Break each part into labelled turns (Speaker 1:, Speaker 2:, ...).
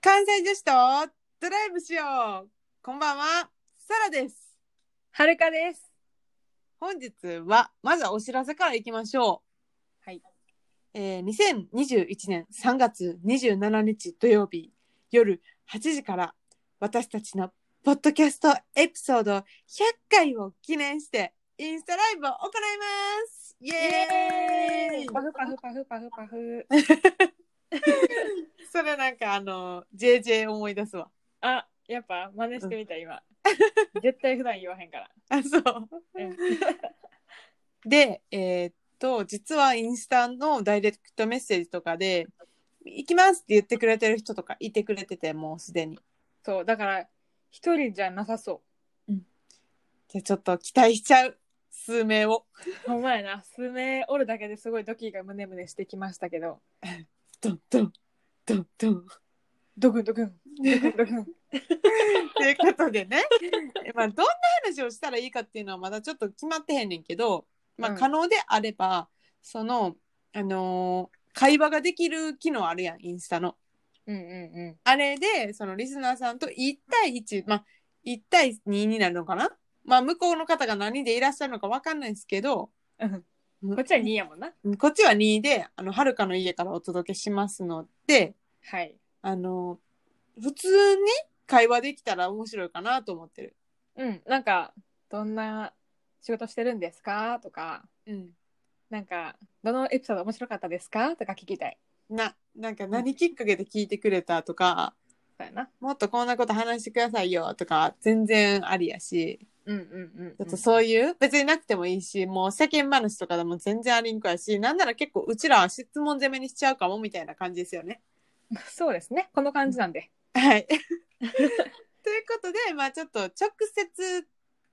Speaker 1: 関西女子とドライブしようこんばんはサラです
Speaker 2: はるかです。
Speaker 1: 本日はまずはお知らせからいきましょう
Speaker 2: はい、
Speaker 1: えー、2021年3月27日土曜日夜8時から私たちのポッドキャストエピソード100回を記念してインスタライブを行いますイエーイ
Speaker 2: パフパフパフパフパフ。
Speaker 1: それなんかあの JJ 思い出すわ
Speaker 2: あ、やっぱ真似してみた、今。 絶対普段言わへんから。
Speaker 1: あそう
Speaker 2: うん
Speaker 1: で、えーっと、実はインスタのダイレクトメッセージとかで、行きますって言ってくれてる人とかいてくれてて、もうすでに。
Speaker 2: そう、だから、一人じゃなさそ
Speaker 1: じゃあちょっと期待しちゃう。数名を。
Speaker 2: う。ほんまやな、数名おるだけですごいドキがムネムネしてきましたけど、
Speaker 1: ドンドン、ドンドン。
Speaker 2: ドクンドクン、ドクンドクン。
Speaker 1: ということでね、まあ、どんな話をしたらいいかっていうのはまだちょっと決まってへんねんけど、まあ、
Speaker 2: うん
Speaker 1: 可能であれば、その、あのー会話ができる機能あるやん、インスタの。
Speaker 2: うんう
Speaker 1: あれで、そのリスナーさんと1対1、まあ、1対2になるのかなまあ、向こうの方が何でいらっしゃるのかわかんないですけど、
Speaker 2: んうんうん。こっちは2やもんな。
Speaker 1: こっちは2で、あの、はるかの家からお届けしますので、
Speaker 2: はい。
Speaker 1: あの、普通に会話できたら面白いかなと思ってる。
Speaker 2: うん、なんか、どんな仕事してるんですかとか、
Speaker 1: うん。
Speaker 2: なんか、どのエピソード面白かったですかとか聞きたい。
Speaker 1: な、なんか何きっかけで聞いてくれたとか、
Speaker 2: そうやな。
Speaker 1: もっとこんなこと話してくださいよとか、全然ありやし、
Speaker 2: うんうんう
Speaker 1: ち
Speaker 2: ん、
Speaker 1: ょっとそういう、別になくてもいいし、もう世間話とかでも全然ありんこやし、なんなら結構うちらは質問攻めにしちゃうかもみたいな感じですよね。
Speaker 2: そうですね。この感じなんで。
Speaker 1: はい。 ということで、まあちょっと直接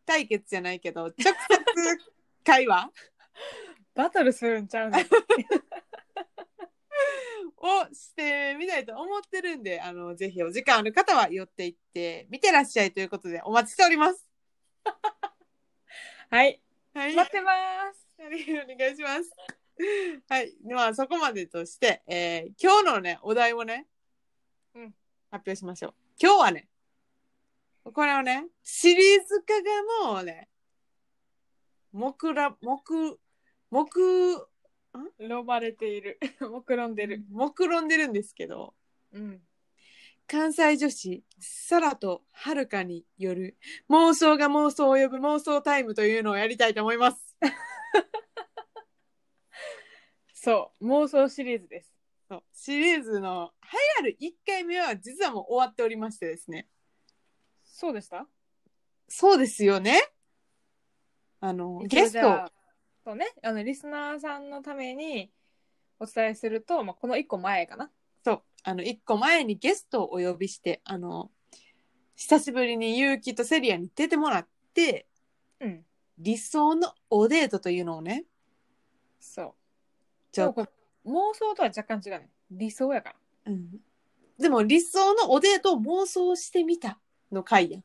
Speaker 1: 対決じゃないけど、直接会話
Speaker 2: バトルするんちゃうの
Speaker 1: をしてみたいと思ってるんで、あの、ぜひお時間ある方は寄っていって、見てらっしゃいということでお待ちしております。
Speaker 2: はい。
Speaker 1: はい。
Speaker 2: 待ってまーす。
Speaker 1: お願いします。はい。では、そこまでとして、えー今日のね、お題をね、
Speaker 2: うん
Speaker 1: 発表しましょう。今日はね、これをね、シリーズ化がもうね、目ら、目、目、
Speaker 2: ロバれている。 目論んでる。
Speaker 1: 目論んでるんですけど、
Speaker 2: うん。
Speaker 1: 関西女子、サラとはるかによる妄想が妄想を呼ぶ妄想タイムというのをやりたいと思います。
Speaker 2: そう。妄想シリーズです。
Speaker 1: そうシリーズの流行る1回目は実はもう終わっておりましてですね。
Speaker 2: そうでした
Speaker 1: そうですよね。あの、ゲス
Speaker 2: 一応じゃ
Speaker 1: ト
Speaker 2: あ。そうね。あの、リスナーさんのためにお伝えすると、まあ、この1個前かな。
Speaker 1: そう、あの、一個前にゲストをお呼びして、あの、久しぶりに結城とセリアに出てもらって、
Speaker 2: うん。
Speaker 1: 理想のおデートというのをね、
Speaker 2: そう。
Speaker 1: ちょ
Speaker 2: でもこれ妄想とは若干違うね。理想やから。
Speaker 1: うん。でも、理想のおデートを妄想してみたの回やん。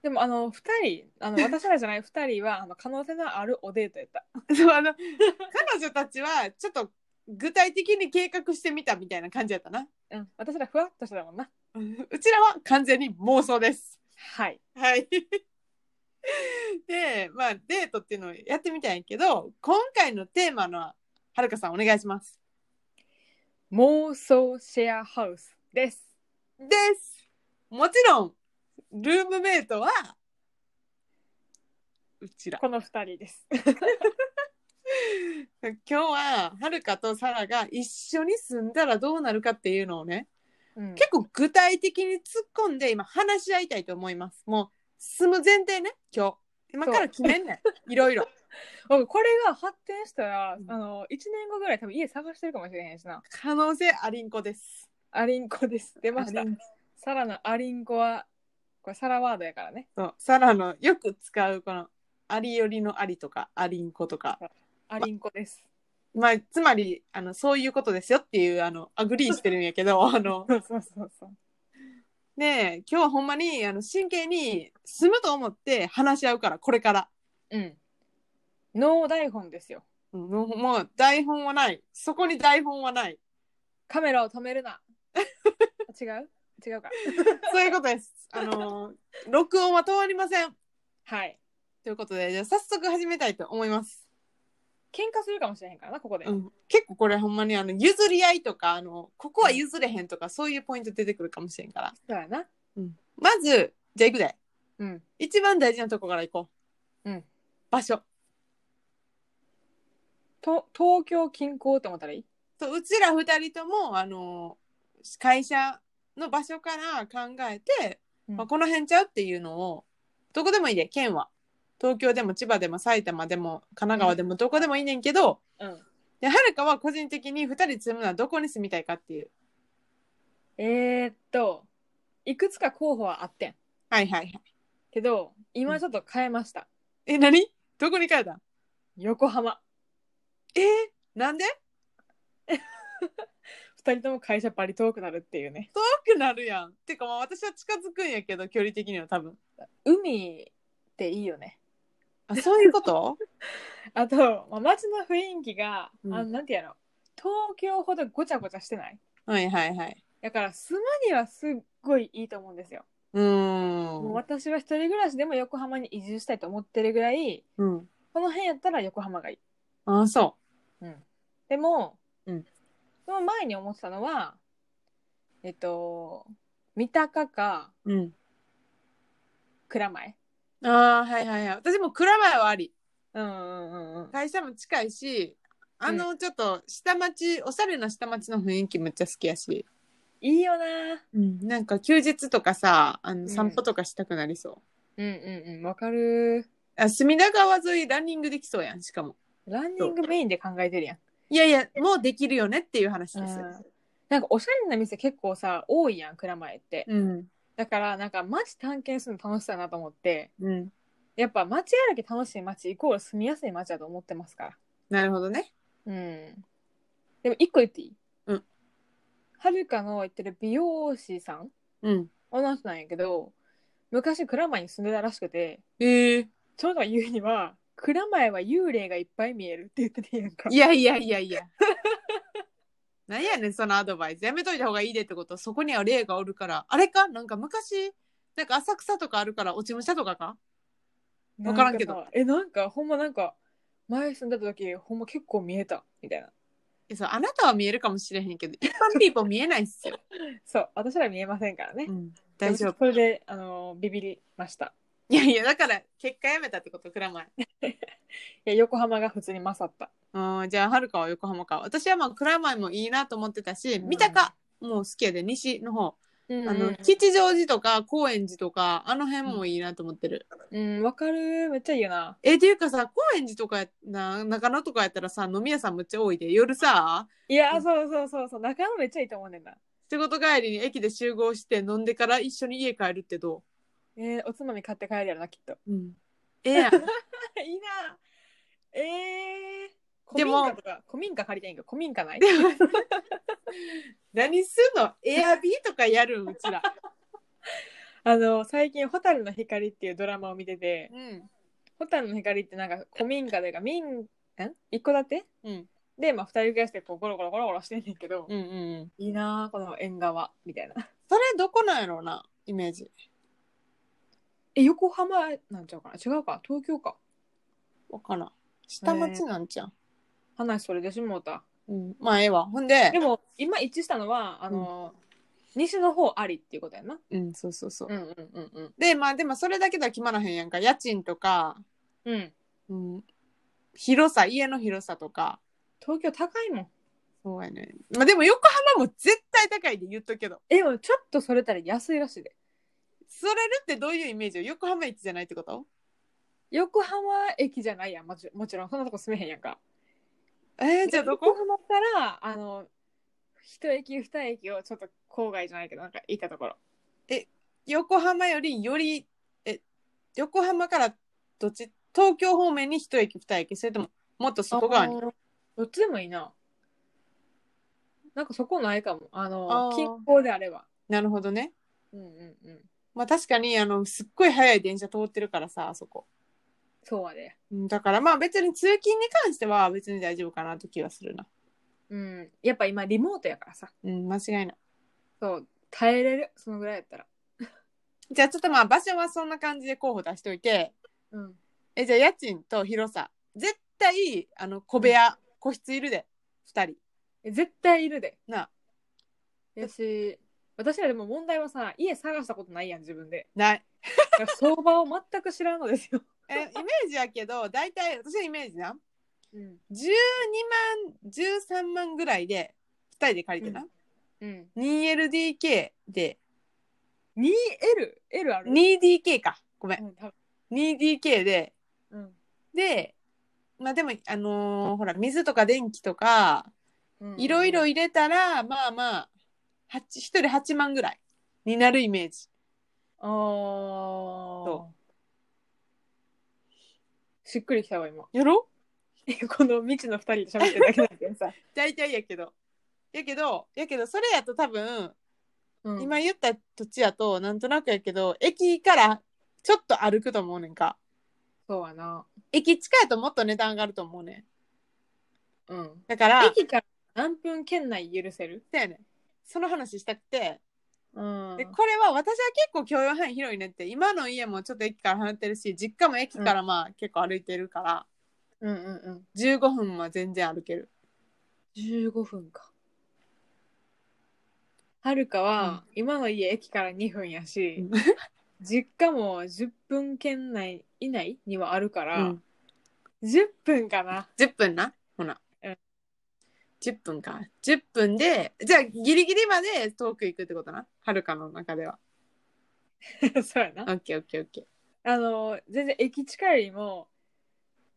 Speaker 2: でも、あの、2人、あの、私らじゃない2人は、あの、可能性のあるおデートやった。
Speaker 1: そう、あの、彼女たちは、ちょっと具体的に計画してみたみたいな感じやったな。
Speaker 2: うん。私らふわっとしてたもんな。
Speaker 1: うんうちらは完全に妄想です。
Speaker 2: はい。
Speaker 1: はい。 で、まあ、デートっていうのをやってみたいけど、今回のテーマのは、はるかさんお願いします。
Speaker 2: 妄想シェアハウスです。
Speaker 1: ですもちろん、ルームメイトは、うちら。
Speaker 2: この2人です。
Speaker 1: 今日は、はるかとサラが一緒に住んだらどうなるかっていうのをね、
Speaker 2: うん
Speaker 1: 結構具体的に突っ込んで今話し合いたいと思います。もう、住む前提ね、今日。今から決めんねん。いろいろ。
Speaker 2: 僕これが発展したら、
Speaker 1: うん
Speaker 2: あの1年後ぐらい多分家探してるかもしれへんしな
Speaker 1: 可能性ありんこです。
Speaker 2: アリンコです出ました
Speaker 1: ありん
Speaker 2: サラのアリンコはこれサラワードやからね
Speaker 1: そう、サラのよく使うこの、ありよりのありとか、ありんことか。
Speaker 2: アリンコです
Speaker 1: まあ、つまり、あの、そういうことですよっていう、あの、アグリーしてるんやけど、あの、
Speaker 2: そうそうそうそう
Speaker 1: ねえ今日はほんまに、あの、真剣に、住むと思って話し合うから、これから。
Speaker 2: うんノー台本ですよ
Speaker 1: うんもう、もう台本はない。そこに台本はない。
Speaker 2: カメラを止めるな違う違うか。
Speaker 1: そういうことです。あのー録音は通りません。
Speaker 2: はい。
Speaker 1: ということで、じゃあ早速始めたいと思います。
Speaker 2: 喧嘩するかもしれへんからな、ここで。
Speaker 1: うん、結構これほんまにあの譲り合いとかあのここは譲れへんとかそういうポイント出てくるかもしれんから
Speaker 2: だからな。
Speaker 1: まずじゃあいくで
Speaker 2: うん。
Speaker 1: 一番大事なとこから行こう、
Speaker 2: うん、
Speaker 1: 場所
Speaker 2: と、東京近郊って思ったらいい
Speaker 1: とうちら二人ともあの会社の場所から考えて、
Speaker 2: うん
Speaker 1: まあ、この辺ちゃうっていうのをどこでもいいで県は東京でも千葉でも埼玉でも神奈川でもどこでもいいねんけど、
Speaker 2: うん。
Speaker 1: ではるかは個人的に二人住むのはどこに住みたいかっていう
Speaker 2: えー、っと、いくつか候補はあってん。
Speaker 1: はいはいはい
Speaker 2: けど、今ちょっと変えました。
Speaker 1: え何どこに帰ったん
Speaker 2: 横浜。
Speaker 1: えーなんで
Speaker 2: 二人とも会社バリ遠くなるっていうね。
Speaker 1: 遠くなるやん。てかまあ私は近づくんやけど距離的には多分。
Speaker 2: 海っていいよね。
Speaker 1: あそういうこと
Speaker 2: あと、まあ、街の雰囲気が、
Speaker 1: うん
Speaker 2: あのなんていうの東京ほどごちゃごちゃしてない
Speaker 1: はいはいはい。
Speaker 2: だから住むにはすっごいいいと思うんですよ、
Speaker 1: うー。
Speaker 2: もうん私は一人暮らしでも横浜に移住したいと思ってるぐらい
Speaker 1: うん。
Speaker 2: この辺やったら横浜がいい、
Speaker 1: あそ
Speaker 2: でも、
Speaker 1: うん
Speaker 2: その前に思ってたのはえっと三鷹か
Speaker 1: う。うん。
Speaker 2: 蔵前
Speaker 1: ああはいはいはい。私も蔵前はあり。
Speaker 2: うんうんうんうん
Speaker 1: 会社も近いし、あのちょっと下町、おしゃれな下町の雰囲気めっちゃ好きやし。
Speaker 2: いいよな
Speaker 1: うん。なんか休日とかさ、あ
Speaker 2: ん
Speaker 1: の散歩とかしたくなりそう。
Speaker 2: うんうんうんわかる
Speaker 1: あ隅田川沿いランニングできそうやん、しかも。
Speaker 2: ランニングメインで考えてるやん
Speaker 1: いやいや、もうできるよねっていう話です。
Speaker 2: なんかおしゃれな店結構さ多いやん蔵前って、
Speaker 1: うん。
Speaker 2: だからなんか街探検するの楽しそうだなと思って
Speaker 1: うん。
Speaker 2: やっぱ街歩き楽しい街イコール住みやすい街だと思ってますか
Speaker 1: なるほどね。
Speaker 2: らうんでも一個言っていい
Speaker 1: うん
Speaker 2: はるかの言ってる美容師さん
Speaker 1: うん。
Speaker 2: 女の人なんやけど昔蔵前に住んでたらしくて
Speaker 1: ええ
Speaker 2: その人が言うには蔵前は幽霊がいっぱい見えるって言っててんやんか
Speaker 1: いやいやいやいや。 なんやねん、そのアドバイス。やめといた方がいいでってこと。そこには霊がおるから。あれかなんか昔、なんか浅草とかあるから、落ち武者とかかわからんけど
Speaker 2: なかさえなんかほんまなんか前住んでた時ほんま結構見えたみたいな
Speaker 1: えそう、あなたは見えるかもしれへんけど、一般ピーポー見えないっすよ。
Speaker 2: そう私ら見えませんからね、
Speaker 1: うん、大丈夫。
Speaker 2: それで、あのービビりました。
Speaker 1: いやいや、だから、結果やめたってこと、蔵前。
Speaker 2: いや、横浜が普通に勝った。
Speaker 1: うん、じゃあ、はるかは横浜か。私はまあ、蔵前もいいなと思ってたし、三鷹もう好きやで、西の方。あ
Speaker 2: あ
Speaker 1: の、
Speaker 2: の、
Speaker 1: 吉祥寺とか、高円寺とか、あの辺もいいなと思ってる。
Speaker 2: うん、わかる。めっちゃいいよな。
Speaker 1: え、っていうかさ、高円寺とかやな、中野とかやったらさ、飲み屋さんむっちゃ多いで、夜さ、
Speaker 2: いや、そうそうそうそう。中野めっちゃいいと思うねんな。
Speaker 1: 仕事帰りに駅で集合して飲んでから一緒に家帰るってど
Speaker 2: えーおつまみ買って帰るやろな、きっと。
Speaker 1: ううん。ええやん。
Speaker 2: いいな。えー、
Speaker 1: で
Speaker 2: 古
Speaker 1: も
Speaker 2: 民家とか、古民家借りたいんやけど、古民家ない
Speaker 1: 何すんのエアビーとかやるんうちら。
Speaker 2: あの、最近、蛍の光っていうドラマを見てて、
Speaker 1: うん。
Speaker 2: 蛍の光ってなんか古民家というか、民、ん一戸建て
Speaker 1: うん。
Speaker 2: で、まあ、二人暮らしでこう、ゴロゴロゴロゴロしてんねんけど、
Speaker 1: うんうん。
Speaker 2: いいなこの縁側、みたいな。
Speaker 1: それどこなんやろうな、イメージ。
Speaker 2: え、横浜なんちゃうかな違うか東京か。
Speaker 1: わからん。下町なんじゃん。
Speaker 2: 話それでしもうた。
Speaker 1: うん。まあ、ええわ。ほんで
Speaker 2: で、も、今一致したのは、あの、西の方ありっていうことやな。
Speaker 1: うん、そうそうそう。
Speaker 2: んうんうんうん。
Speaker 1: で、まあ、でもそれだけでは決まらへんやんか。家賃とか、
Speaker 2: うん。
Speaker 1: うん。広さ、家の広さとか。
Speaker 2: 東京高いもん。
Speaker 1: そうやね。まあでも横浜も絶対高いで言っとくけど。
Speaker 2: え、でもちょっとそれたら安いらしいで。
Speaker 1: それるってどういうイメージよ横浜駅じゃないってこと
Speaker 2: 横浜駅じゃないやん、もちもちろん。そんなとこ住めへんやんか。
Speaker 1: えー、じゃあどこ
Speaker 2: 横浜から、あの、一駅二駅をちょっと郊外じゃないけど、なんか行ったところ。
Speaker 1: 横浜よりより、え、横浜からどっち東京方面に一駅二駅それとももっと外側に
Speaker 2: あーどっちでもいいな。なんかそこないかも。あ
Speaker 1: あ
Speaker 2: の、
Speaker 1: ー
Speaker 2: 近郊であれば。
Speaker 1: なるほどね。
Speaker 2: うんうんうん。
Speaker 1: まあ確かにあの、すっごい速い電車通ってるからさ、あそこ。
Speaker 2: そうはね。
Speaker 1: うんだからまあ別に通勤に関しては別に大丈夫かなって気はするな。
Speaker 2: うん。やっぱ今リモートやからさ。
Speaker 1: うん、間違いない。
Speaker 2: そう。耐えれるそのぐらいやったら
Speaker 1: じゃあちょっとまあ場所はそんな感じで候補出しといて、
Speaker 2: うん
Speaker 1: え、じゃあ家賃と広さ。絶対、あの、小部屋、個室いるで、二人。
Speaker 2: え絶対いるで
Speaker 1: なあ
Speaker 2: やし私らでも問題はさ家探したことないやん自分で
Speaker 1: ない。
Speaker 2: だから相場を全く知らんのですよ、
Speaker 1: え、イメージやけど、大体、私のイメージな。
Speaker 2: うん
Speaker 1: 12万、13万ぐらいで、二人で借りてな。
Speaker 2: うん、
Speaker 1: 2LDK で、
Speaker 2: 2L? L ある
Speaker 1: 2DK か。ごめん。
Speaker 2: うん、多分
Speaker 1: 2DK で、で、まあでも、あのーほら、水とか電気とか、
Speaker 2: うん
Speaker 1: いろいろ入れたら、まあまあ、八一人8万ぐらいになるイメージ。
Speaker 2: ああ
Speaker 1: そ
Speaker 2: しっくりきたわ今
Speaker 1: やろ
Speaker 2: この未知の2人で喋ってるだけだけど さ、
Speaker 1: 大体やけど。やけど、やけど、それやと多分、
Speaker 2: うん
Speaker 1: 今言った土地やと、なんとなくやけど、駅からちょっと歩くと思うねんか。
Speaker 2: そうやな
Speaker 1: 駅近いともっと値段上がると思うねん。
Speaker 2: うん
Speaker 1: だから、
Speaker 2: 駅から何分圏内許せる
Speaker 1: そうやねんその話したくて。
Speaker 2: うん
Speaker 1: で、これは私は結構共用範囲広いねんって、今の家もちょっと駅から離れてるし、実家も駅からまあ結構歩いてるから、
Speaker 2: うんうんうん
Speaker 1: 15分は全然歩ける。
Speaker 2: 15分かはるかは、今の家駅から2分やし、
Speaker 1: う
Speaker 2: 実家も10分圏内以内にはあるから、
Speaker 1: うん
Speaker 2: 10分かな
Speaker 1: 10分なほな、
Speaker 2: うん
Speaker 1: 10分か10分でじゃあギリギリまで遠く行くってことなはるかの中では
Speaker 2: そうやな
Speaker 1: オッケーオッケーオッケー
Speaker 2: あの全然駅近よりも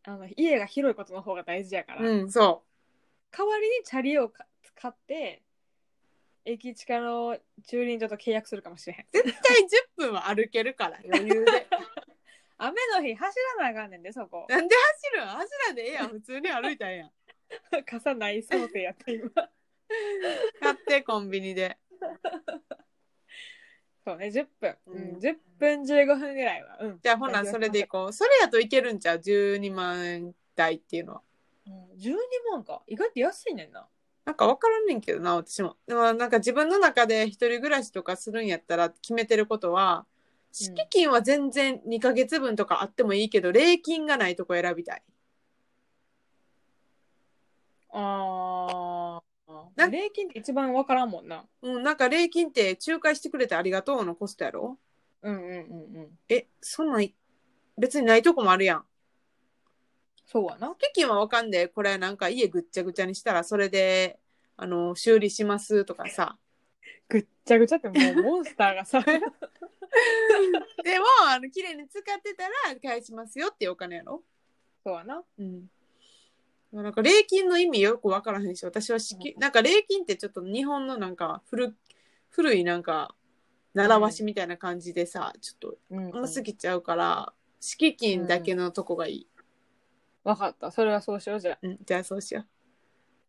Speaker 2: あの家が広いことの方が大事やから、
Speaker 1: うんそ
Speaker 2: 代わりにチャリをか買って駅近の駐輪場と契約するかもしれへん
Speaker 1: う絶対10分は歩けるから余裕で
Speaker 2: 雨の日走らなあかんねんでそこ
Speaker 1: なんで走るん走らんでええやん普通に歩いたらええやん
Speaker 2: 傘ない想定やって今
Speaker 1: 買ってコンビニで
Speaker 2: そうね10分、う
Speaker 1: うん
Speaker 2: ん、10分15分ぐらいはうん
Speaker 1: じゃあほなそれでいこうそれやといけるんちゃう12万円台っていうのは
Speaker 2: うん12万か意外と安いねんな
Speaker 1: なんか分からんねんけどな私もでもなんか自分の中で一人暮らしとかするんやったら決めてることは敷金は全然2ヶ月分とかあってもいいけど礼金がないとこ選びたい
Speaker 2: ああ
Speaker 1: な
Speaker 2: 礼金って一番わからんもんな
Speaker 1: うんなんか礼金って仲介してくれてありがとうのコストやろ
Speaker 2: うんうんうんうん
Speaker 1: えそんなん別にないとこもあるやん
Speaker 2: そうやな
Speaker 1: 敷金は分かんでこれなんか家ぐっちゃぐちゃにしたらそれであの修理しますとかさ
Speaker 2: ぐっちゃぐちゃってもうモンスターが さ
Speaker 1: でもあの綺麗に使ってたら返しますよっていうお金やろ
Speaker 2: そうやな
Speaker 1: うん。なんか礼金の意味よくわからへんし、私は式、なんか礼金ってちょっと日本のなんか古、古いなんか、習わしみたいな感じでさ、ちょっ
Speaker 2: うん、
Speaker 1: と重すぎちゃうから、敷金だけのとこがいい。
Speaker 2: わかったそれはそうしようじゃあ
Speaker 1: うん、じゃあそうしよ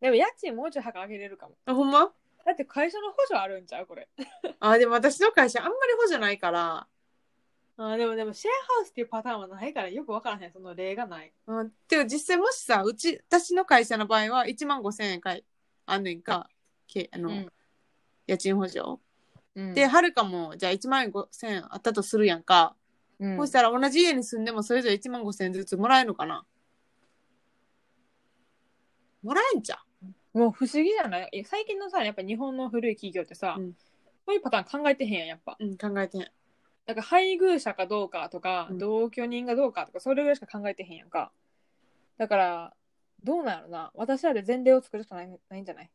Speaker 2: でも家賃もうちょい高上げれるかも
Speaker 1: う。あ、ほんま
Speaker 2: だって会社の補助あるんちゃうこれ
Speaker 1: あ、でも私の会社あんまり補助ないから、
Speaker 2: あーでもでもシェアハウスっていうパターンはないからよくわからへんその例がない
Speaker 1: うん、てか実際もしさ、うち、私の会社の場合は1万5千円かいあんねんか、けあの、
Speaker 2: うん
Speaker 1: 家賃補助。で、
Speaker 2: で、
Speaker 1: はるかも、じゃあ1万5千円あったとするやんか。
Speaker 2: うん
Speaker 1: そしたら同じ家に住んでもそれぞれ1万5千円ずつもらえるのかなもらえんじゃん
Speaker 2: もう不思議じゃないえ最近のさやっぱ日本の古い企業ってさ、
Speaker 1: うん
Speaker 2: そういうパターン考えてへんやんやっぱ
Speaker 1: うん、考えてん。
Speaker 2: なんか配偶者かどうかとか、
Speaker 1: うん
Speaker 2: 同居人がどうかとかそれぐらいしか考えてへんやんかだからどうなんやろな私らで前例を作るしかないないんじゃない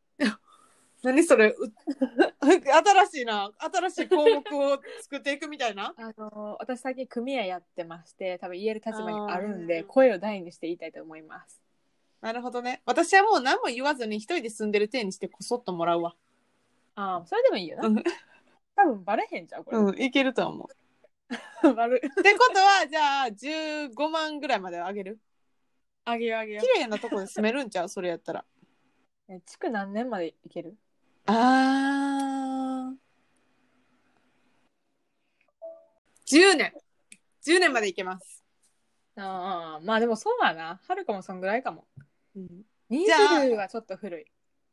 Speaker 1: 何それう 新しいな。新しい項目を作っていくみたいな。
Speaker 2: あの私最近組合やってまして多分言える立場にあるん
Speaker 1: あ
Speaker 2: で
Speaker 1: ー
Speaker 2: 声を大にして言いたいと思います
Speaker 1: なるほどね。私はもう何も言わずに一人で住んでる体にしてこそっともらうわ。
Speaker 2: ああそれでもいいよな
Speaker 1: うん
Speaker 2: 多分バレへんじゃんこれ、
Speaker 1: うん、いけると思う。
Speaker 2: バレ
Speaker 1: ってことは、じゃあ15万ぐらいまであげる
Speaker 2: あげようあげよ
Speaker 1: 綺麗なとこで住めるんちゃうそれやったら。
Speaker 2: う地区何年までいける
Speaker 1: あー。10年。10年までいけます。
Speaker 2: ああまあでもそうやなはるかもそんぐらいかも
Speaker 1: い
Speaker 2: 20はちょっと古い。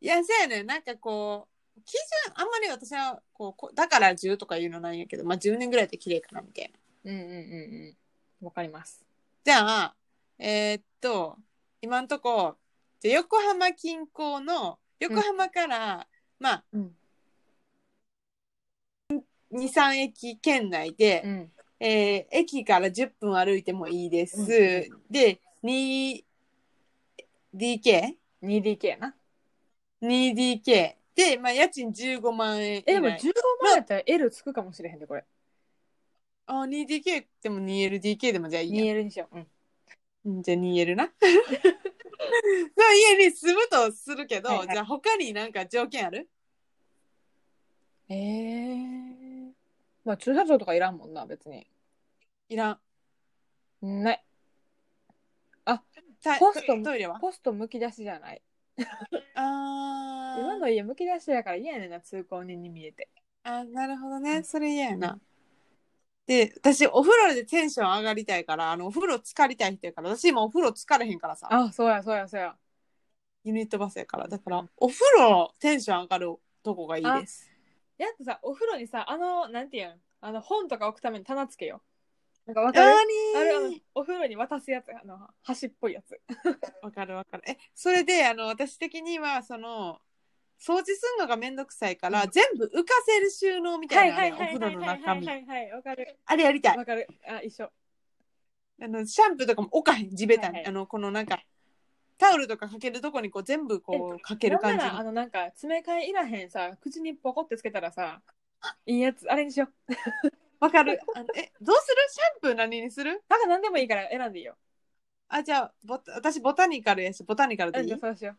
Speaker 1: や、そうやねんなんかこう、基準、あんまり私はこうこ、だから10とか言うのないんやけど、まあ10年ぐらいで綺麗かな、みたいな。
Speaker 2: うんうんうんうん。わかります。
Speaker 1: じゃあ、えーっと、今んとこ、じゃあ横浜近郊の、横浜から、まあ、
Speaker 2: うん。
Speaker 1: 2、3駅圏内で、
Speaker 2: うん。
Speaker 1: えー駅から10分歩いてもいいです。
Speaker 2: うん
Speaker 1: で、2DK?2DK
Speaker 2: 2DK やな。
Speaker 1: で、まあ、家賃15万円以内。
Speaker 2: え、でも15万やったら L つくかもしれへんで、これ。
Speaker 1: あ、2DK でも 2LDK でもじゃあいいや。
Speaker 2: 2L にしよう。うん。
Speaker 1: うんじゃあ 2L な。まあ、家に住むとするけど、
Speaker 2: はいはい
Speaker 1: じゃあ他になんか条件ある
Speaker 2: ええまあ駐車場とかいらんもんな、別に。
Speaker 1: いらん。
Speaker 2: ない。
Speaker 1: た
Speaker 2: ポスト
Speaker 1: トトイレは
Speaker 2: ポストむき出しじゃない。
Speaker 1: あー
Speaker 2: 今の家むき出しやから嫌やねんな、通行人に見えて。
Speaker 1: あなるほどねそれ嫌やなで私お風呂でテンション上がりたいからあのお風呂浸かりたい人やから私今お風呂浸かれへんからさ
Speaker 2: あ、そうや、そうや、そうや。
Speaker 1: ユニットバスやからだからお風呂テンション上がるとこがいいです
Speaker 2: やっぱさ、お風呂にさ、あの、なんていうん、あの、本とか置くために棚つけよう。なんかわ
Speaker 1: わ
Speaker 2: かるあれ、あの
Speaker 1: に、
Speaker 2: お風呂に渡すやつ、あの、端っぽいやつ。
Speaker 1: わかるわかるえそれであの私的にはその掃除すんのがめんどくさいから、
Speaker 2: うん
Speaker 1: 全部浮かせる収納みたいなのあるやんお風呂の中身
Speaker 2: はいはい、わかる。
Speaker 1: あれやりたい
Speaker 2: わかる。あ、一緒。
Speaker 1: あのシャンプーとかも置かへん地べたに、
Speaker 2: はいはい
Speaker 1: あのこのなんかタオルとかかけるとこにこう全部こうかける感じ
Speaker 2: なんなら、あ
Speaker 1: に
Speaker 2: の、なんか、詰め替えいらへんさ、口にポコってつけたらさ、いいやつ、あれにしよう。
Speaker 1: わかるあのえどうするシャンプー何にする
Speaker 2: なんか何でもいいから選んでいいよ。
Speaker 1: あじゃあボタ私ボタニカルやしボタニカル
Speaker 2: う
Speaker 1: で
Speaker 2: ん、
Speaker 1: いい
Speaker 2: じゃあそうしよ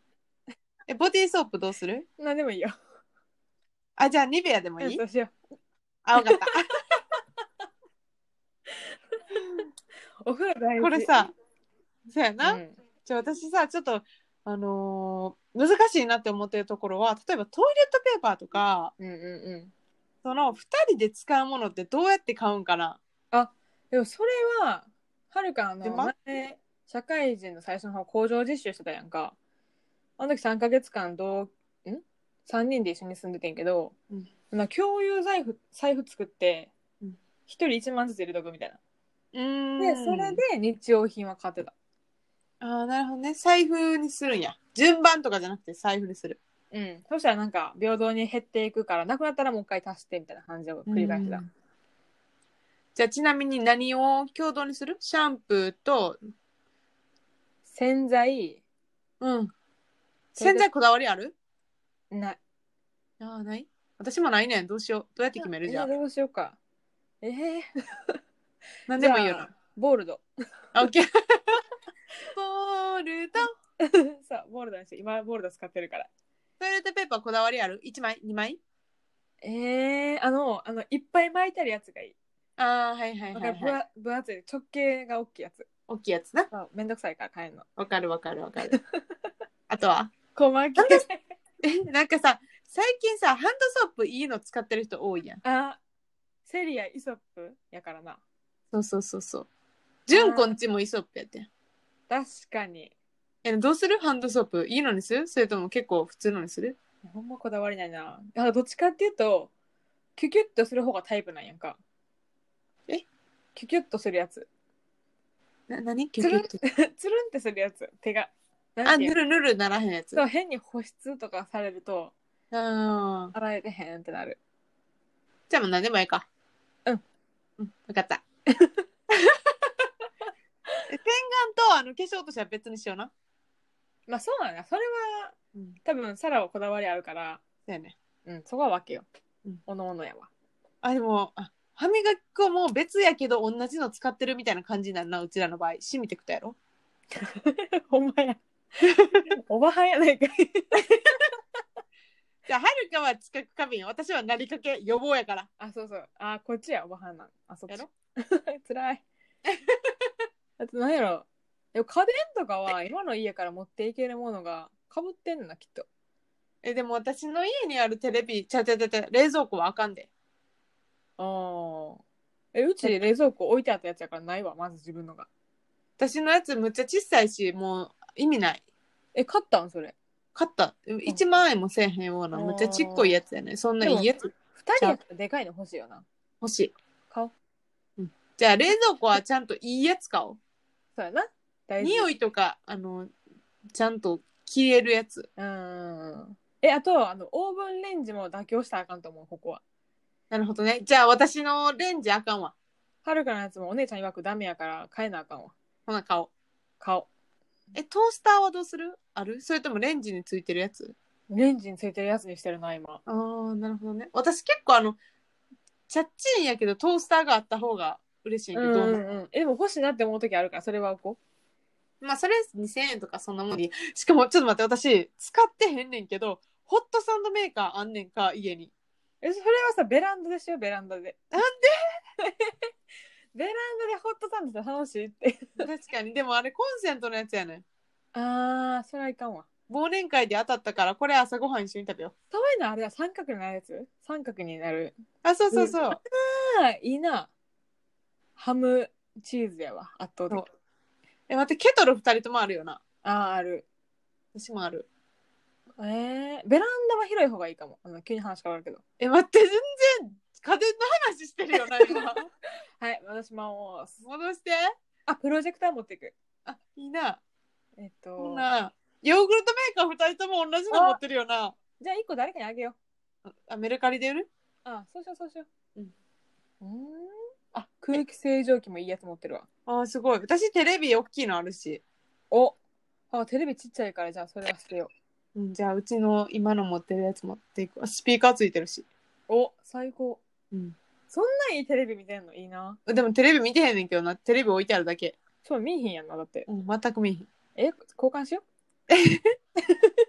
Speaker 1: えボディーソープどうする
Speaker 2: う。何でもいいよ。
Speaker 1: あじゃあニベアでも
Speaker 2: うん
Speaker 1: いい
Speaker 2: そうしよ
Speaker 1: あ わかった
Speaker 2: う。お風呂大事。
Speaker 1: これさそうやな、
Speaker 2: うん
Speaker 1: じゃあ私さちょっとあのー難しいなって思ってるところは例えばトイレットペーパーとか
Speaker 2: うんうんうん。
Speaker 1: その2人で使うものってどうやって買うんかな
Speaker 2: でもそれは、はるかあ
Speaker 1: で
Speaker 2: の
Speaker 1: ま、
Speaker 2: 前、社会人の最初の方、工場実習してたやんか。あの時3ヶ月間、どう、ん ?3 人で一緒に住んでてんけど、
Speaker 1: うん
Speaker 2: まあ共有財布、財布作って
Speaker 1: うん、
Speaker 2: 一人1万ずつ入れとくみたいな。
Speaker 1: うーん
Speaker 2: で、それで日用品は買ってた。
Speaker 1: ああ、なるほどね。財布にするんや。順番とかじゃなくて財布にする。
Speaker 2: うん。そしたらなんか、平等に減っていくから、なくなったらもう一回足してみたいな感じを繰り返してた。
Speaker 1: うんじゃあ、ちなみに何を共同にするシャンプーと、
Speaker 2: 洗剤、
Speaker 1: うん。洗剤こだわりある
Speaker 2: ない。
Speaker 1: ああ、ない私もないねん。どうしよう。どうやって決めるじゃあ
Speaker 2: え。どうしようか。えー、
Speaker 1: 何でもいいよ
Speaker 2: じ
Speaker 1: な
Speaker 2: ゃあ。ボールド。
Speaker 1: あ、オッケー。 ボールと、
Speaker 2: さあ、ボールドにして、今ボールド使ってるから。
Speaker 1: トイレットペーパーこだわりある ?1 枚 ?2 枚
Speaker 2: ええあの、あの、いっぱい巻いてあるやつがいい。
Speaker 1: ああ、はいはいは
Speaker 2: わか
Speaker 1: い、
Speaker 2: る分
Speaker 1: はい。
Speaker 2: 厚分厚い、直径が大きいやつ。
Speaker 1: 大きいやつな。
Speaker 2: あめんどくさいから買えるの。
Speaker 1: わかるわかるわか る。あとは
Speaker 2: 細
Speaker 1: なんで
Speaker 2: けい。
Speaker 1: え、なんかさ、最近さ、ハンドソープいいの使ってる人多いやん。
Speaker 2: あ、セリア、イソップやからな。
Speaker 1: そうそうそうそう。純子んちもイソップやってん。
Speaker 2: 確かに。
Speaker 1: え、どうするハンドソープ。いいのにするそれとも結構普通のにする
Speaker 2: ほんまこだわりないな。あどっちかっていうと、キュキュッとする方がタイプなんやんか。
Speaker 1: え
Speaker 2: キュキュッとするやつ。
Speaker 1: な、何キ
Speaker 2: つ
Speaker 1: ュキ
Speaker 2: る
Speaker 1: ュ
Speaker 2: ん
Speaker 1: ッと。
Speaker 2: つるんってするやつ。手が。な
Speaker 1: あ、
Speaker 2: んてい
Speaker 1: ぬ
Speaker 2: うの
Speaker 1: るぬるならへんやつ。
Speaker 2: そうう、変に保湿とかされると、
Speaker 1: ん。
Speaker 2: 洗えてへんってなる。
Speaker 1: じゃあもう何でもいいか。
Speaker 2: うん。
Speaker 1: うん、わか った。え洗顔とあの化粧落としは別にしような。
Speaker 2: まあそうなんだ。それは、
Speaker 1: うん。
Speaker 2: 多分、サラはこだわりあるから、
Speaker 1: そうやね。
Speaker 2: うん、そこは分けよう。
Speaker 1: うん
Speaker 2: おのおのやわ。
Speaker 1: あ、でも、あ歯磨き粉も別やけど同じの使ってるみたいな感じになるな、うちらの場合。染みてくたやろ
Speaker 2: ほん まや。おばはんやないかい。
Speaker 1: じゃあ、はるかは近く過敏、私はなりかけ予防やから。
Speaker 2: あ、そうそう。あ、こっちや、おばはんなん。あ、そっ
Speaker 1: や
Speaker 2: ち
Speaker 1: ろ。
Speaker 2: つら い。あと、なんやろ。でも家電とかは、今の家から持っていけるものが、かぶってんのな、きっと。
Speaker 1: え、でも私の家にあるテレビ、ちゃうちゃうちゃうちゃう、冷蔵庫はあかんで。
Speaker 2: ああ。え、うち冷蔵庫置いてあったやつやからないわ、まず自分のが。
Speaker 1: 私のやつむっちゃ小さいしもう意味ない
Speaker 2: え、買ったんそれ。
Speaker 1: 買った1万円もせえへんようなむっちゃちっこいやつやねそんないいやつ
Speaker 2: 二人やったらでかいの欲しいよな。
Speaker 1: 欲しい
Speaker 2: 買おう。
Speaker 1: じゃあ冷蔵庫はちゃんといいやつ買おう
Speaker 2: そうやな。大事。
Speaker 1: 匂いとかあのちゃんと消えるやつ
Speaker 2: うん。え、あと、あの、オーブンレンジも妥協したらあかんと思う、ここは。
Speaker 1: なるほどねじゃあ私のレンジあかんわ
Speaker 2: はるかのやつもお姉ちゃん曰くダメやから買えなあかんわ。
Speaker 1: ほな買おう
Speaker 2: 買お
Speaker 1: えトースターはどうするあるそれともレンジについてるやつ
Speaker 2: う。レンジについてるやつにしてるな、今。
Speaker 1: ああなるほどね私結構あのチャッチンやけどトースターがあった方が嬉しいん
Speaker 2: う
Speaker 1: や
Speaker 2: ん
Speaker 1: け
Speaker 2: う
Speaker 1: ど、
Speaker 2: んうん。え、でも欲しいなって思う時あるから、それは置こ
Speaker 1: まあそれ2000円とかそんなもんにしかもちょっと待って私使ってへんねんけどホットサンドメーカーあんねんか家に
Speaker 2: う。え、それはさ、ベランダでしよう、ベランダで。
Speaker 1: なんで
Speaker 2: ベランダでホットサンドって楽しいって。
Speaker 1: 確かにでもあれコンセントのやつやねん
Speaker 2: あー、それはいかんわ。
Speaker 1: 忘年会で当たったからこれ朝ごはん一緒に食べよ
Speaker 2: そういうのあれは三角になるやつ三角になる。
Speaker 1: うあそうそうそう、
Speaker 2: あー、いいな。ハムチーズやわ、圧倒的
Speaker 1: そう。え待ってケトル2人ともあるよな
Speaker 2: あー、ある。
Speaker 1: 私もある
Speaker 2: えー、ベランダは広い方がいいかも。あの急に話変わるけど。
Speaker 1: え待って全然家電の話してるよな今
Speaker 2: はい、私も、
Speaker 1: 戻して
Speaker 2: あ、プロジェクター持っていく。
Speaker 1: あいいな
Speaker 2: えっ
Speaker 1: こん
Speaker 2: と、
Speaker 1: なヨーグルトメーカー2人とも同じの持ってるよな
Speaker 2: じゃあ一個誰かにあげよう。
Speaker 1: あメルカリで売る
Speaker 2: あ、そうしようそうしよう。
Speaker 1: うん。
Speaker 2: うーん。あ、空気清浄機もいいやつ持ってるわ。
Speaker 1: あすごい私テレビ大きいのあるし
Speaker 2: おあ、テレビちっちゃいから、じゃあそれは捨てよ
Speaker 1: うん、じゃあうちの今の持ってるやつ持っていくわスピーカーついてるし、
Speaker 2: う。お最高。
Speaker 1: うん、
Speaker 2: そんないいテレビ見てんのいいな。
Speaker 1: でもテレビ見てへんねんけどなテレビ置いてあるだけ、
Speaker 2: そう、見えへんやんな、だって。
Speaker 1: うん、全く見えへん
Speaker 2: え、交換しよ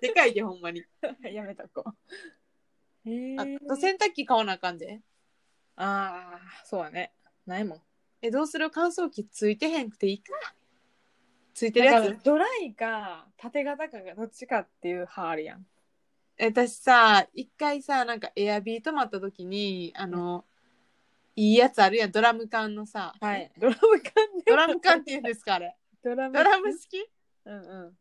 Speaker 1: でかいでほんまに
Speaker 2: う やめとこう。へえ
Speaker 1: あと洗濯機買わなあかんで
Speaker 2: あー、そうだね。ないもん。
Speaker 1: えどうする乾燥機ついてへんくていいかついてるや
Speaker 2: だか
Speaker 1: つ
Speaker 2: らドライか縦型かがどっちかっていう派あるやん。
Speaker 1: え私さ一回さなんかエアビー泊まった時にあの、いいやつあるやんドラム缶のさ、
Speaker 2: はい。ドラム缶で
Speaker 1: ドラム缶って言うんですかあ れ
Speaker 2: ドラム
Speaker 1: ドラム好き
Speaker 2: うんうん。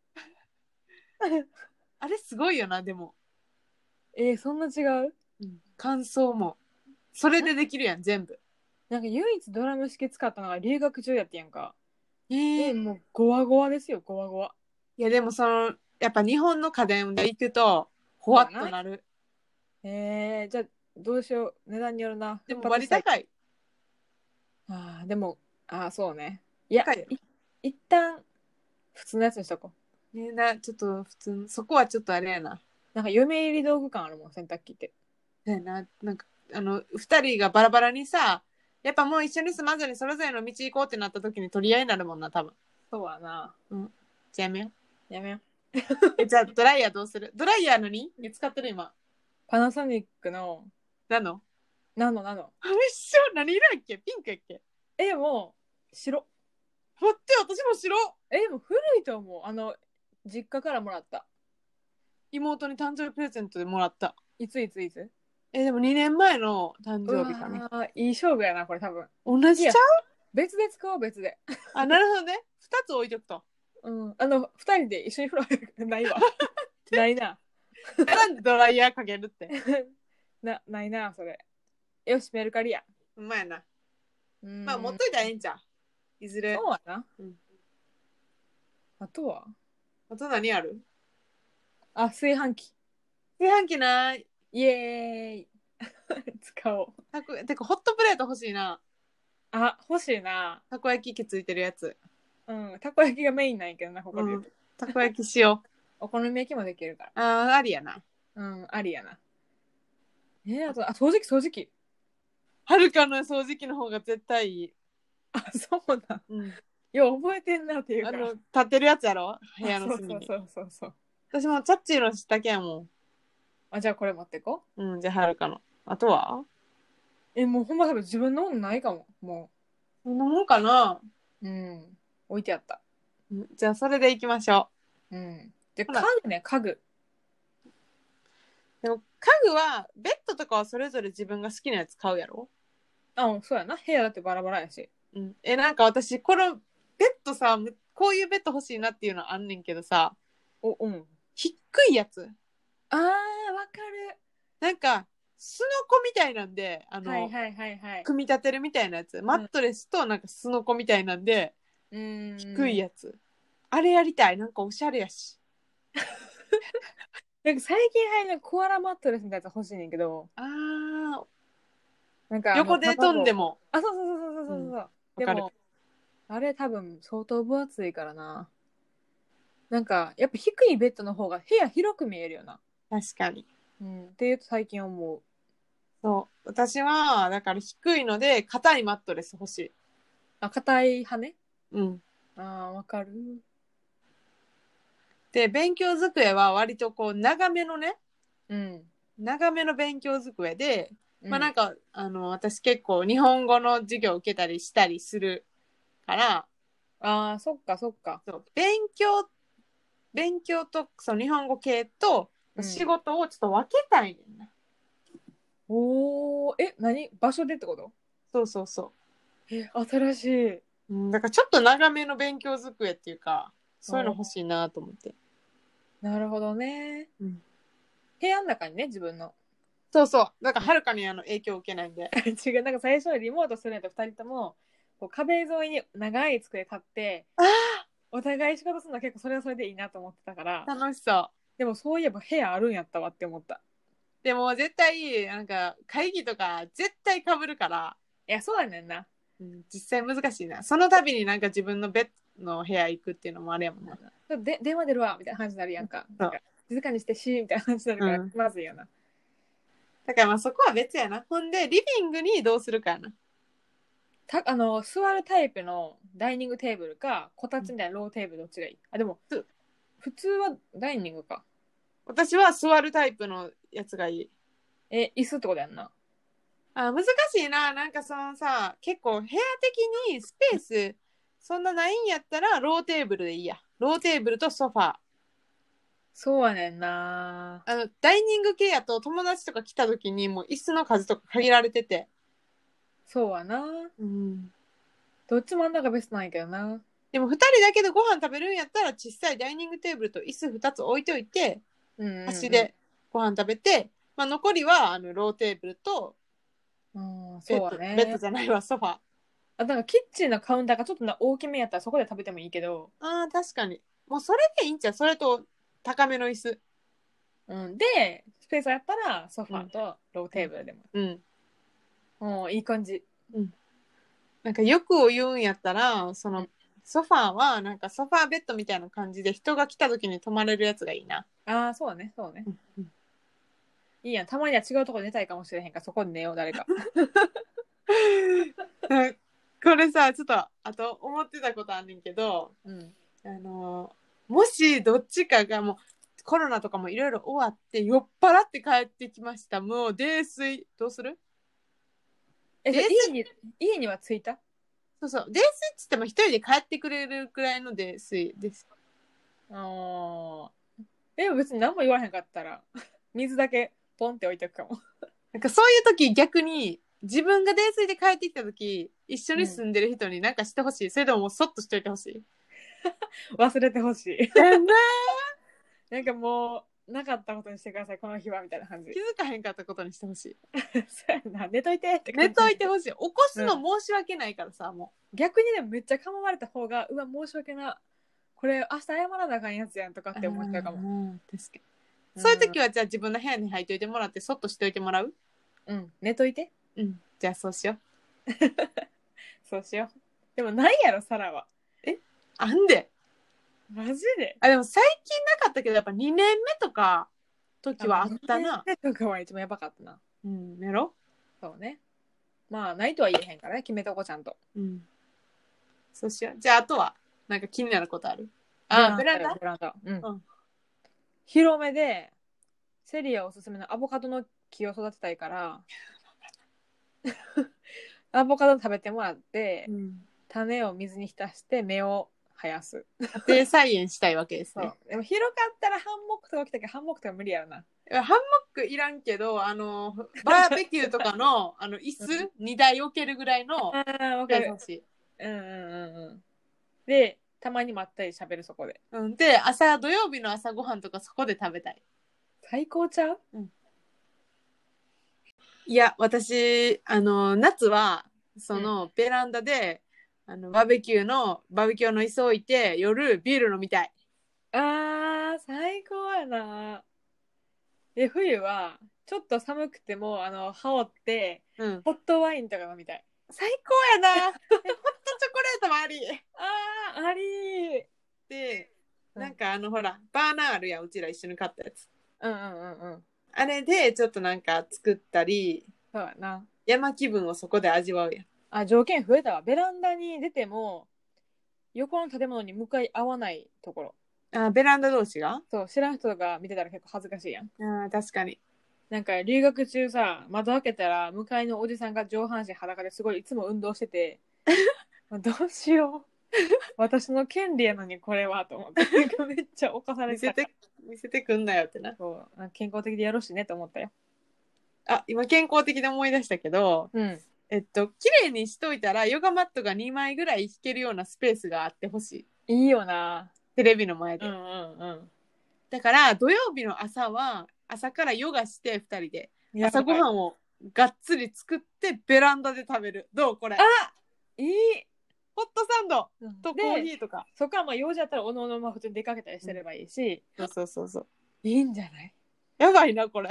Speaker 1: あれすごいよなでも、
Speaker 2: えー、そんな違う
Speaker 1: うん、乾燥もそれでできるやん全部
Speaker 2: なんか唯一ドラム式使ったのが留学中やってやんか。
Speaker 1: え
Speaker 2: え、もうゴワゴワですよ、ゴワゴワ。
Speaker 1: いやでもそのやっぱ日本の家電で行くとほわっとなる
Speaker 2: えー、じゃあどうしよう。値段によるな。
Speaker 1: でも割高い
Speaker 2: ああ、でも、ああ、そうね。いや
Speaker 1: 高いよ、
Speaker 2: い一旦、普通のやつにしとこう。
Speaker 1: ねなちょっと普通のそこはちょっとあれやな
Speaker 2: なんか嫁入り道具感あるもん、洗濯機って。
Speaker 1: そうやななんかあの2人がバラバラにさやっぱもう一緒に住まずにそれぞれの道行こうってなった時に取り合いになるもんな多分
Speaker 2: そうはな。
Speaker 1: じゃあやめよ
Speaker 2: やめよう。
Speaker 1: うえじゃあドライヤーどうするドライヤーのにえ使ってる今
Speaker 2: パナソニックの、
Speaker 1: なの
Speaker 2: なのなの。
Speaker 1: あ一緒何色やっけピンクやっけ
Speaker 2: え、でも、白。
Speaker 1: 待って私も白
Speaker 2: え、でも古いと思う。あの、実家からもらった。
Speaker 1: 妹に誕生日プレゼントでもらった
Speaker 2: いついついつ
Speaker 1: えでも2年前の誕
Speaker 2: う
Speaker 1: 生
Speaker 2: わ
Speaker 1: 日かな
Speaker 2: ーいい勝負やな、これ多分。
Speaker 1: 同じ
Speaker 2: い
Speaker 1: ちゃ
Speaker 2: や
Speaker 1: う
Speaker 2: 別で使おう、別で。
Speaker 1: あなるほどね2つ置いとくと
Speaker 2: うん。あの、二人で一緒に風呂入る。ない わ。ないな。
Speaker 1: なんでドライヤーかけるって。
Speaker 2: な、ないな、それ。よし、メルカリや。
Speaker 1: うまいな。
Speaker 2: ま
Speaker 1: まあ、持っといたらええんちゃう。いずれ。
Speaker 2: そうやな。
Speaker 1: うん
Speaker 2: あとは
Speaker 1: あと何ある
Speaker 2: あ、炊飯器。
Speaker 1: 炊飯器ない。
Speaker 2: イ エーイ。使おう。
Speaker 1: たこてか、ホットプレート欲しいな。
Speaker 2: あ、欲しいな。
Speaker 1: たこ焼き器ついてるやつ。
Speaker 2: うん。たこ焼きがメインなんやけどな、ここで言うと、
Speaker 1: たこ焼きしよ
Speaker 2: お好み焼きもできるか
Speaker 1: う。
Speaker 2: ら。
Speaker 1: ああ、ありやな。
Speaker 2: うん、ありやな。えー、あと、あ、掃除機、掃除機。
Speaker 1: はるかの掃除機の方が絶対いい。
Speaker 2: あ、そうなん。
Speaker 1: うん。
Speaker 2: よう覚えてんなっていう
Speaker 1: あ
Speaker 2: から。
Speaker 1: の、立ってるやつやろ部屋の
Speaker 2: そう
Speaker 1: 隅
Speaker 2: そう
Speaker 1: に。
Speaker 2: そうそうそう。
Speaker 1: 私もチャッチーのしたけやも
Speaker 2: あ、じゃあこれ持ってこ
Speaker 1: ん。うん、じゃあはるかの。あとは
Speaker 2: う。え、もうほんま多分自分のものないかも。も
Speaker 1: そんなもんかな。
Speaker 2: う。うん。置いてあった。
Speaker 1: うんじゃあ、それでいきましょ
Speaker 2: うん。で、
Speaker 1: ほ
Speaker 2: 家
Speaker 1: ら
Speaker 2: 具ね、家具。
Speaker 1: う。でも、家具は、ベッドとかはそれぞれ自分が好きなやつ買うやろ
Speaker 2: あ、そうやな。部屋だってバラバラやし。
Speaker 1: うん、えなんか私このベッドさむこういうベッド欲しいなっていうのあんねんけどさ
Speaker 2: お、うん。
Speaker 1: 低いやつ
Speaker 2: あーわか
Speaker 1: なんかすのこみたいなんであ
Speaker 2: る
Speaker 1: の、
Speaker 2: はいはいはいはい
Speaker 1: 組み立てるみたいなやつマットレスとなんかすのこみたいなんで、
Speaker 2: 低
Speaker 1: 低いやつ、あれやりたいなんかおしゃれやし
Speaker 2: なんか最近はいなんかコアラマットレスみたいなやつ欲しいねんけど
Speaker 1: あー
Speaker 2: なんかあの
Speaker 1: 横で飛んでも
Speaker 2: あそうそうそうそうそうそう、
Speaker 1: うん
Speaker 2: で
Speaker 1: わ
Speaker 2: もあれ多分相当分厚いからななんかやっぱ低いベッドの方が部屋広く見えるよな、
Speaker 1: 確かに
Speaker 2: うん、っていうと最近思う
Speaker 1: そう私はだから低いので硬いマットレス欲しい
Speaker 2: あ硬い羽ね
Speaker 1: うん
Speaker 2: あーわかる
Speaker 1: で勉強机は割とこう長めのね
Speaker 2: うん
Speaker 1: 長めの勉強机で、まあなん
Speaker 2: か
Speaker 1: かあの私結構日本語の授業を受けたりしたりするから
Speaker 2: あーそっかそっか、
Speaker 1: そう勉強勉強とその日本語系と
Speaker 2: うん
Speaker 1: 仕事をちょっと分けたいねんな、
Speaker 2: おおえ何場所でってこと
Speaker 1: そうそうそ、
Speaker 2: え新しいう
Speaker 1: うん、だからちょっと長めの勉強机っていうかそういうの欲しいなと思って
Speaker 2: なるほどね、
Speaker 1: うん
Speaker 2: 部屋の中にね自分の
Speaker 1: そうそうだからはるかにあの影響を受けないんで
Speaker 2: 違うなんか最初リモートするのと2人ともこう壁沿いに長い机買って
Speaker 1: あ
Speaker 2: お互い仕事するのは結構それはそれでいいなと思ってたから
Speaker 1: 楽しそう
Speaker 2: でもそういえば部屋あるんやったわって思った
Speaker 1: でも絶対なんか会議とか絶対かぶるから、
Speaker 2: いやそうだねんな
Speaker 1: うん、実際難しいなその度になんか自分のベッドの部屋行くっていうのもあれやもんな
Speaker 2: ちょっとで電話出るわみたいな話になるやんか
Speaker 1: そう
Speaker 2: なんか静かにしてしみたいな話になるから、
Speaker 1: うん
Speaker 2: まずいよな
Speaker 1: だからまあそこは別やなほんでリビングにどうするかやな
Speaker 2: たあの座るタイプのダイニングテーブルかこたつみたいなローテーブルどっちがいいあでも
Speaker 1: そう
Speaker 2: 普通はダイニングか
Speaker 1: 私は座るタイプのやつがいい
Speaker 2: え椅子ってことやんな
Speaker 1: あ難しいななんかそのさ結構部屋的にスペースそんなないんやったらローテーブルでいいやローテーブルとソファー
Speaker 2: そうやねんな
Speaker 1: あのダイニング系やと友達とか来た時にもう椅子の数とか限られてて、
Speaker 2: そうやな
Speaker 1: うん、
Speaker 2: どっちもあん中ベストなんやけどな
Speaker 1: でも2人だけでご飯食べるんやったら小さいダイニングテーブルと椅子2つ置いといて
Speaker 2: うんうんうん
Speaker 1: 端でご飯食べて、まあ、残りはあのローテーブルと
Speaker 2: うん
Speaker 1: ベ
Speaker 2: そ
Speaker 1: ッ
Speaker 2: う
Speaker 1: ド,、
Speaker 2: やね
Speaker 1: ベッドじゃないわソファー
Speaker 2: あだからキッチンのカウンターがちょっとな大きめやったらそこで食べてもいいけど、
Speaker 1: あー確かにもうそれでいいんちゃうそれと高めの椅子
Speaker 2: うん、でスペースやったらソファーとローテーブルでも、
Speaker 1: うん
Speaker 2: もういい感じ
Speaker 1: なんか欲を言うんやったらそのソファーはなんかソファーベッドみたいな感じで人が来た時に泊まれるやつがいいな
Speaker 2: ああそうだねそうね
Speaker 1: うん
Speaker 2: いいやんたまには違うとこで寝たいかもしれへんからそこで寝よ う誰か
Speaker 1: これさちょっとあと思ってたことあんねんけど
Speaker 2: うん
Speaker 1: あのーもしどっちかがもうコロナとかもいろいろ終わって酔っ払って帰ってきましたもう泥酔どうする
Speaker 2: えじゃあ
Speaker 1: え
Speaker 2: 家に家には着いた
Speaker 1: そうそう泥酔っつっても一人で帰ってくれるくらいの泥酔です
Speaker 2: あーでも別に何も言わへんかったら 水だけポンって置いとくかも
Speaker 1: なんかそういう時逆に自分が泥酔で帰ってきた時一緒に住んでる人に何かしてほしい、それとももうそっとしといてほしい
Speaker 2: 忘れてほしい
Speaker 1: だよね
Speaker 2: なんかもうなかったことにしてくださいこの日はみたいな感 じ
Speaker 1: 気づかへんかったことにしてほ しい
Speaker 2: そうやな寝といてって感じ
Speaker 1: 寝といてほしい起こすの申し訳ないからさ、も
Speaker 2: 逆にでもめっちゃ構われた方がうわ申し訳なこれ明日謝らなあかんやつやんとか
Speaker 1: う
Speaker 2: って思っちゃうかも、
Speaker 1: ん確かにそういう時はじゃあ自分の部屋に入っといてもらってそっとしといてもらう
Speaker 2: うん寝といて
Speaker 1: うん、じゃあそうしよう。
Speaker 2: そうしようでもないやろサラは
Speaker 1: あんで。
Speaker 2: マジで
Speaker 1: あ、でも最近なかったけど、やっぱ2年目とか、時はあったな。
Speaker 2: 寝とかは一番やばかったな
Speaker 1: うん、やろ
Speaker 2: そうねまあないとは言えへんからね決めとこうちゃんと
Speaker 1: うん。そうしよう。じゃああとは、なんか気になることあるあ、ブランダ
Speaker 2: ブランダうん、
Speaker 1: うん
Speaker 2: 広めでセリアおすすめのアボカドの木を育てたいから アボカド食べてもらって、
Speaker 1: うん。
Speaker 2: 種を水に浸して芽を生やす
Speaker 1: 家庭菜園したいわけです
Speaker 2: そう
Speaker 1: ね。
Speaker 2: でも広かったらハンモックとか来たけどハンモックとか無理やろな
Speaker 1: ハンモックいらんけど、あの、バーベキューとかの、 あの、椅子2台置けるぐらいの、
Speaker 2: あわ
Speaker 1: やつ欲しい
Speaker 2: うんうんうんうんでたまにまったり喋るそこで
Speaker 1: うん、で朝土曜日の朝ごはんとかそこで食べたい
Speaker 2: 最高ちゃう
Speaker 1: いや私あの夏はその、ベランダであのバーベキューのバーベキューの椅子置いて夜ビール飲みたい
Speaker 2: あー最高やなで冬はちょっと寒くてもあの羽織って
Speaker 1: うん
Speaker 2: ホットワインとか飲みたい
Speaker 1: 最高や なえホットチョコレートもあり
Speaker 2: あーありー
Speaker 1: で
Speaker 2: うん
Speaker 1: なんかあのほらバーナーあるやんうちら一緒に買ったやつ
Speaker 2: うんうんうんうん
Speaker 1: あれでちょっとなんか作ったり
Speaker 2: そうやな
Speaker 1: 山気分をそこで味わうやん
Speaker 2: あ条件増えたわベランダに出ても横の建物に向かい合わないところ
Speaker 1: あベランダ同士が
Speaker 2: そう知らん人が見てたら結構恥ずかしいやん
Speaker 1: あ確かに
Speaker 2: なんか留学中さ窓開けたら向かいのおじさんが上半身裸ですごいいつも運動してて どうしよう私の権利やのにこれはと思ってなんかめっちゃ犯され
Speaker 1: 見
Speaker 2: て
Speaker 1: せ
Speaker 2: た
Speaker 1: て見せてくんなよってな
Speaker 2: そうなんか健康的でやろうしねと思ったよ
Speaker 1: あ今健康的で思い出したけど
Speaker 2: うん
Speaker 1: えっと綺麗にしといたらヨガマットが2枚ぐらい引けるようなスペースがあってほしい
Speaker 2: いいよな
Speaker 1: テレビの前
Speaker 2: う
Speaker 1: で、
Speaker 2: んうんうん
Speaker 1: だから土曜日の朝は朝からヨガして2人で
Speaker 2: いや
Speaker 1: 朝ごはんをがっつり作ってベランダで食べるどうこれ
Speaker 2: いい
Speaker 1: ホットサンドとコーヒ
Speaker 2: で
Speaker 1: ーとか
Speaker 2: そこはまあ用事あったらおのおのまあ普通に出かけたりしてればいいし、
Speaker 1: そうそうそうそう
Speaker 2: いいんじゃない
Speaker 1: やばいなこれ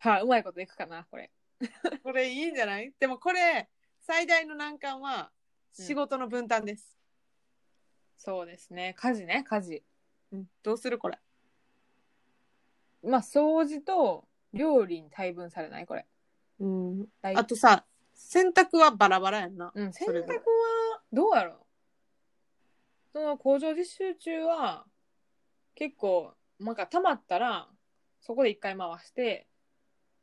Speaker 2: はあ、うまいこといくかなこれ
Speaker 1: これいいんじゃないでもこれ最大の難関は
Speaker 2: うん
Speaker 1: 仕事の分担です、
Speaker 2: そうですね家事ね家事
Speaker 1: うんどうするこれ
Speaker 2: まあ掃除と料理に大分されないこれ
Speaker 1: うん
Speaker 2: 大
Speaker 1: あとさ洗濯はバラバラやんな、
Speaker 2: うん、洗
Speaker 1: それ
Speaker 2: 濯
Speaker 1: ぞれ
Speaker 2: はどうやろうその工場実習中は結構なんか溜まったらそこで一回回して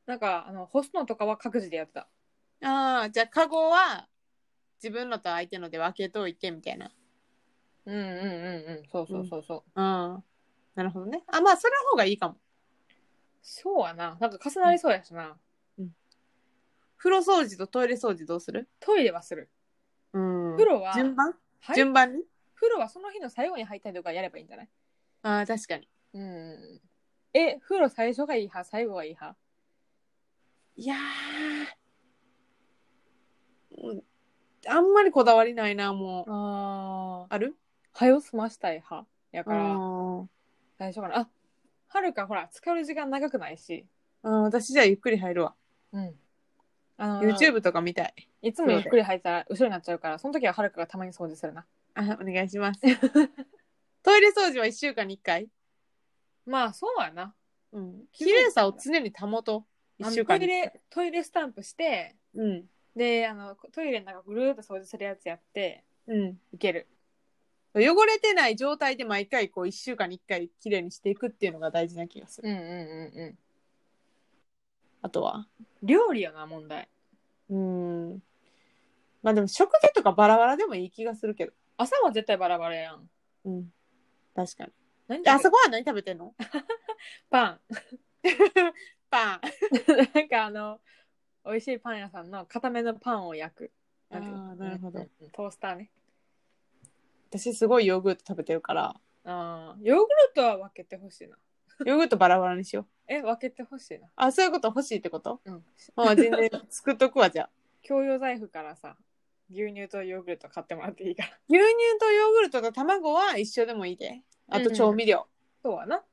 Speaker 2: なんかあの干すのとかは各自でやってた
Speaker 1: ああじゃあカゴは自分のと相手ので分けといてみたいな
Speaker 2: うんうんうんうんそうそうそうそう、
Speaker 1: うんなるほどねあまあそれの方がいいかも
Speaker 2: そうやななんか重なりそうやしな、
Speaker 1: 風呂掃除とトイレ掃除どうする
Speaker 2: トイレはする
Speaker 1: うん
Speaker 2: 風呂は
Speaker 1: 順番、
Speaker 2: はい
Speaker 1: 順番に
Speaker 2: 風呂はその日の最後に入ったりとかやればいいんじゃない
Speaker 1: ああ確かに
Speaker 2: うんえ風呂最初がいい派最後がいい派
Speaker 1: いやーうんあんまりこだわりないなもう
Speaker 2: ああ
Speaker 1: ある
Speaker 2: 早よ済ましたい派や
Speaker 1: あ
Speaker 2: から
Speaker 1: ー
Speaker 2: 大丈夫かなあはるかほら浸かる時間長くないし、
Speaker 1: あー私じゃあゆっくり入るわ
Speaker 2: うん、あの
Speaker 1: YouTube とか見たい
Speaker 2: いつもゆっくり入ったら後ろになっちゃうからその時ははるかがたまに掃除するな
Speaker 1: あお願いします トイレ掃除は1週間に1回
Speaker 2: まあそうやな
Speaker 1: うん
Speaker 2: 気
Speaker 1: 綺
Speaker 2: づいた
Speaker 1: 麗さを常に保とう1週間
Speaker 2: あのト
Speaker 1: に1
Speaker 2: イ
Speaker 1: 回
Speaker 2: レトイレスタンプして
Speaker 1: うん
Speaker 2: であのトイレの中ぐるーっと掃除するやつやって
Speaker 1: うん
Speaker 2: いける
Speaker 1: 汚れてない状態で毎回こう1週間に1回綺麗にしていくっていうのが大事な気がする
Speaker 2: うんうんうんう
Speaker 1: あとは
Speaker 2: ん料理よな問題
Speaker 1: うんまあでも食事とかバラバラでもいい気がするけど
Speaker 2: 朝は絶対バラバラやん
Speaker 1: うん確 かに
Speaker 2: 何
Speaker 1: で
Speaker 2: 食べ
Speaker 1: 朝ごはん何食べてんの
Speaker 2: パン
Speaker 1: パン
Speaker 2: なんかあの美味しいパン屋さんの固めのパンを焼くんていうの
Speaker 1: あーなるほど
Speaker 2: うんうんトースターね
Speaker 1: 私すごいヨーグルト食べてるから
Speaker 2: あーヨーグルトは分けてほしいな。
Speaker 1: ヨーグルトバラバラにしよう
Speaker 2: え、分けてほしいな。
Speaker 1: あそういうこと欲しいってこと
Speaker 2: うん。
Speaker 1: あ全然作っとくわじゃあ
Speaker 2: 共用財布からさ、牛乳とヨーグルト買ってもらっていいから。
Speaker 1: 牛乳とヨーグルトと卵は一緒でもいいであと調味料、
Speaker 2: そうはな。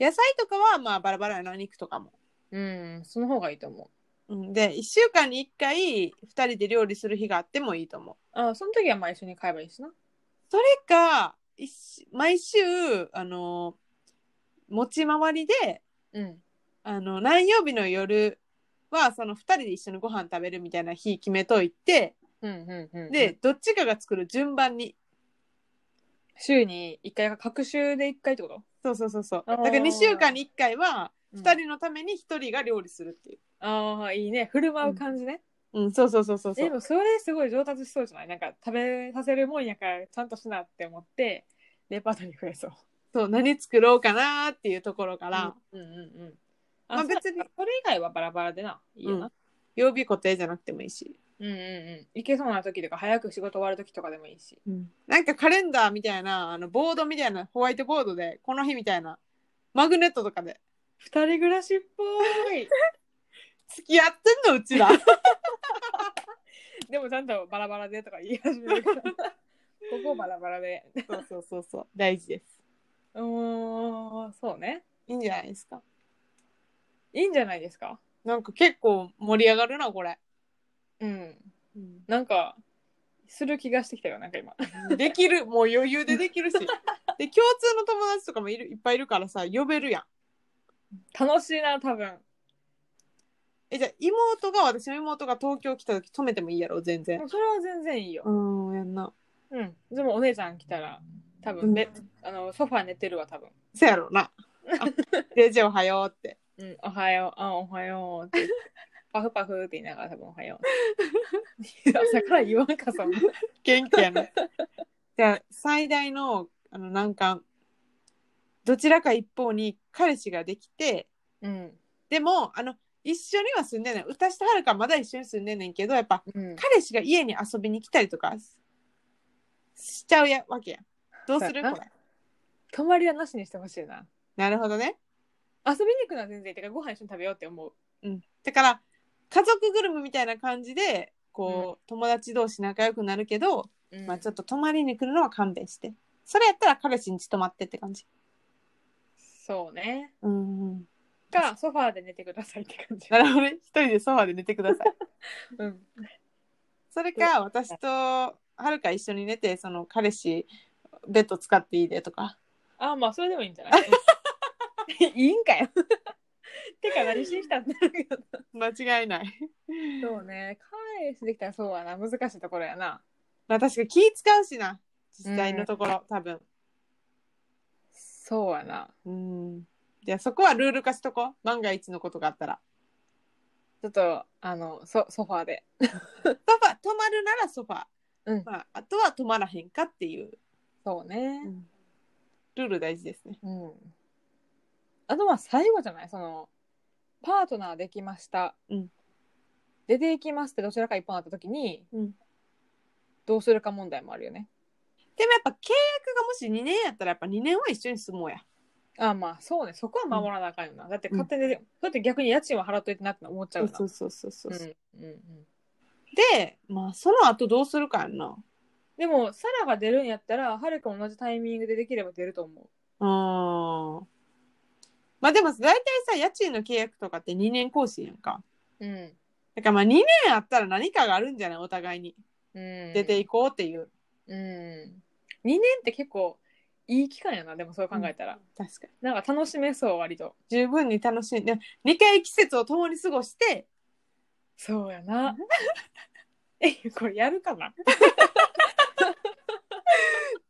Speaker 1: 野菜とかはまあバラバラやな肉とかも、
Speaker 2: うん、その方がいいと思う。
Speaker 1: うん、で1週間に1回2人で料理する日があってもいいと思う
Speaker 2: あーその時はまあ一緒に買えばいいしな。
Speaker 1: それか一週毎週あの持ち回りで
Speaker 2: うん。
Speaker 1: あの何曜日の夜はその2人で一緒にご飯食べるみたいな日決めといて
Speaker 2: うんうんうん。
Speaker 1: で、、どっちかが作る順番に
Speaker 2: 週に1回か、各週で1回ってこと
Speaker 1: そうそうそうそう
Speaker 2: あー
Speaker 1: だから2週間に1回は
Speaker 2: うん
Speaker 1: 2人のために1人が料理するっていう、
Speaker 2: ああ、いいね。振る舞う感じね。
Speaker 1: うん、そうそうそうそう
Speaker 2: え
Speaker 1: そ
Speaker 2: で
Speaker 1: う
Speaker 2: もそれすごい上達しそうじゃないなんか食べさせるもんやからちゃんとしなって思って、レパートリー増えそう。
Speaker 1: そう何作ろうかなーっていうところから、
Speaker 2: うんうんうん。
Speaker 1: まあ
Speaker 2: あ、別
Speaker 1: 別
Speaker 2: に
Speaker 1: に。
Speaker 2: それ以外はバラバラでな。いいよな。
Speaker 1: 曜日固定じゃなくてもいいし
Speaker 2: うんうんうん。行けそうな時とか、早く仕事終わる時とかでもいいし。
Speaker 1: うんなんかカレンダーみたいな、あのボードみたいな、ホワイトボードで、この日みたいな、マグネットとかで、
Speaker 2: 二人暮らしっぽい。
Speaker 1: 付き合ってんのう ちら。
Speaker 2: でもちゃんとバラバラでとか言い始める から。ここバラバラで。
Speaker 1: そうそうそうそう、大事です。
Speaker 2: うーん、そうね。
Speaker 1: いいんじゃないですか。
Speaker 2: いいんじゃないですか
Speaker 1: なんか結構盛り上がるな、これ。
Speaker 2: うん。なんか、する気がしてきたよ、なんか今。
Speaker 1: できる、もう余裕でできるし。で、共通の友達とかもいるいっぱいいるからさ、呼べるやん。
Speaker 2: 楽しいな、多分。
Speaker 1: え、じゃあ妹が、私の妹が東京来た時止めてもいいやろ、全然。
Speaker 2: それは全然いいよ。
Speaker 1: うん、やんな。
Speaker 2: うん。でもお姉ちゃん来たら、多
Speaker 1: う
Speaker 2: 分
Speaker 1: ん
Speaker 2: ね、あの、ソファー寝てるわ、多分。
Speaker 1: せやろ な。あレジおはようって。
Speaker 2: うん、おはよう、あ、おはようって 言って。パフパフって言いながら多分おはよう。 朝から言わんか、そ んな。
Speaker 1: 元気や ね。じゃあ、最大の、あの、難関。どちらか一方に彼氏ができて、
Speaker 2: うん。
Speaker 1: でも、あの、一緒には住んでない。歌したはるかまだ一緒に住んでんねんけど、やっぱ、
Speaker 2: うん。
Speaker 1: 彼氏が家に遊びに来たりとかししちゃうやわけやん。どうす
Speaker 2: そう
Speaker 1: る
Speaker 2: やな
Speaker 1: これ。
Speaker 2: 泊まりはなしにしてほしいな。
Speaker 1: なるほどね。
Speaker 2: 遊びに行くのは全然いい。てか、ご飯一緒に食べようって思う。
Speaker 1: うん。だから、家族ぐるみみたいな感じで、こう、友達同士仲良くなるけど、
Speaker 2: うん
Speaker 1: まあちょっと泊まりに来るのは勘弁して。それやったら彼氏に泊まってって感じ。
Speaker 2: そうね。
Speaker 1: うんうん。
Speaker 2: か、ソファーで寝てくださいって感 じ。
Speaker 1: なるほどね。一人でソファーで寝てくださ い。
Speaker 2: うん。
Speaker 1: それか、私とはるか一緒に寝て、その彼氏、ベッド使っていいでとか。
Speaker 2: あ、まあ、それでもいいんじゃない いいんかよ。てか、何しに来たんだろうけど。
Speaker 1: 間違いない。
Speaker 2: そうね。返しできたらそうやな。難しいところやな。
Speaker 1: まあ確かに気使うしな。実際のところ、多分。
Speaker 2: そうやな。
Speaker 1: うん。じゃあそこはルール化しとこう。万が一のことがあったら。
Speaker 2: ちょっと、あの、ソソファーで。
Speaker 1: ソファ、泊まるならソファ。
Speaker 2: うん
Speaker 1: まあ、あとは泊まらへんかっていう。
Speaker 2: そうね。
Speaker 1: ルール大事ですね。
Speaker 2: うん。あと、まあ、最後じゃないその、パートナーできました。
Speaker 1: うん
Speaker 2: 出ていきますってどちらか一本あった時に、
Speaker 1: うん
Speaker 2: どうするか問題もあるよね。
Speaker 1: でもやっぱ契約がもし2年やったらやっぱ2年は一緒に住もうや。
Speaker 2: あまあそうねそこは守らなあかんよな、だって勝手に、だって逆に家賃は払っといてなって思っちゃうな
Speaker 1: そうそうそうそうそう。
Speaker 2: うんうんうん、
Speaker 1: で、まあその後どうするかやんな。
Speaker 2: でもサラが出るんやったらはるかも同じタイミングでできれば出ると
Speaker 1: う
Speaker 2: 思
Speaker 1: ん。まあでも大体さ、家賃の契約とかって2年更新やんか。
Speaker 2: う、うん
Speaker 1: だからまあ2年あったら何かがあるんじゃないお互いに。
Speaker 2: うん、
Speaker 1: 出てい
Speaker 2: く、
Speaker 1: こうっていう。
Speaker 2: うん、2年って結構いい期間やなでもそう考えたら、
Speaker 1: 確かに。
Speaker 2: なんか楽しめそう割と
Speaker 1: 十分に楽しんで2回季節を共に過ごして
Speaker 2: そうやな えこれやるかな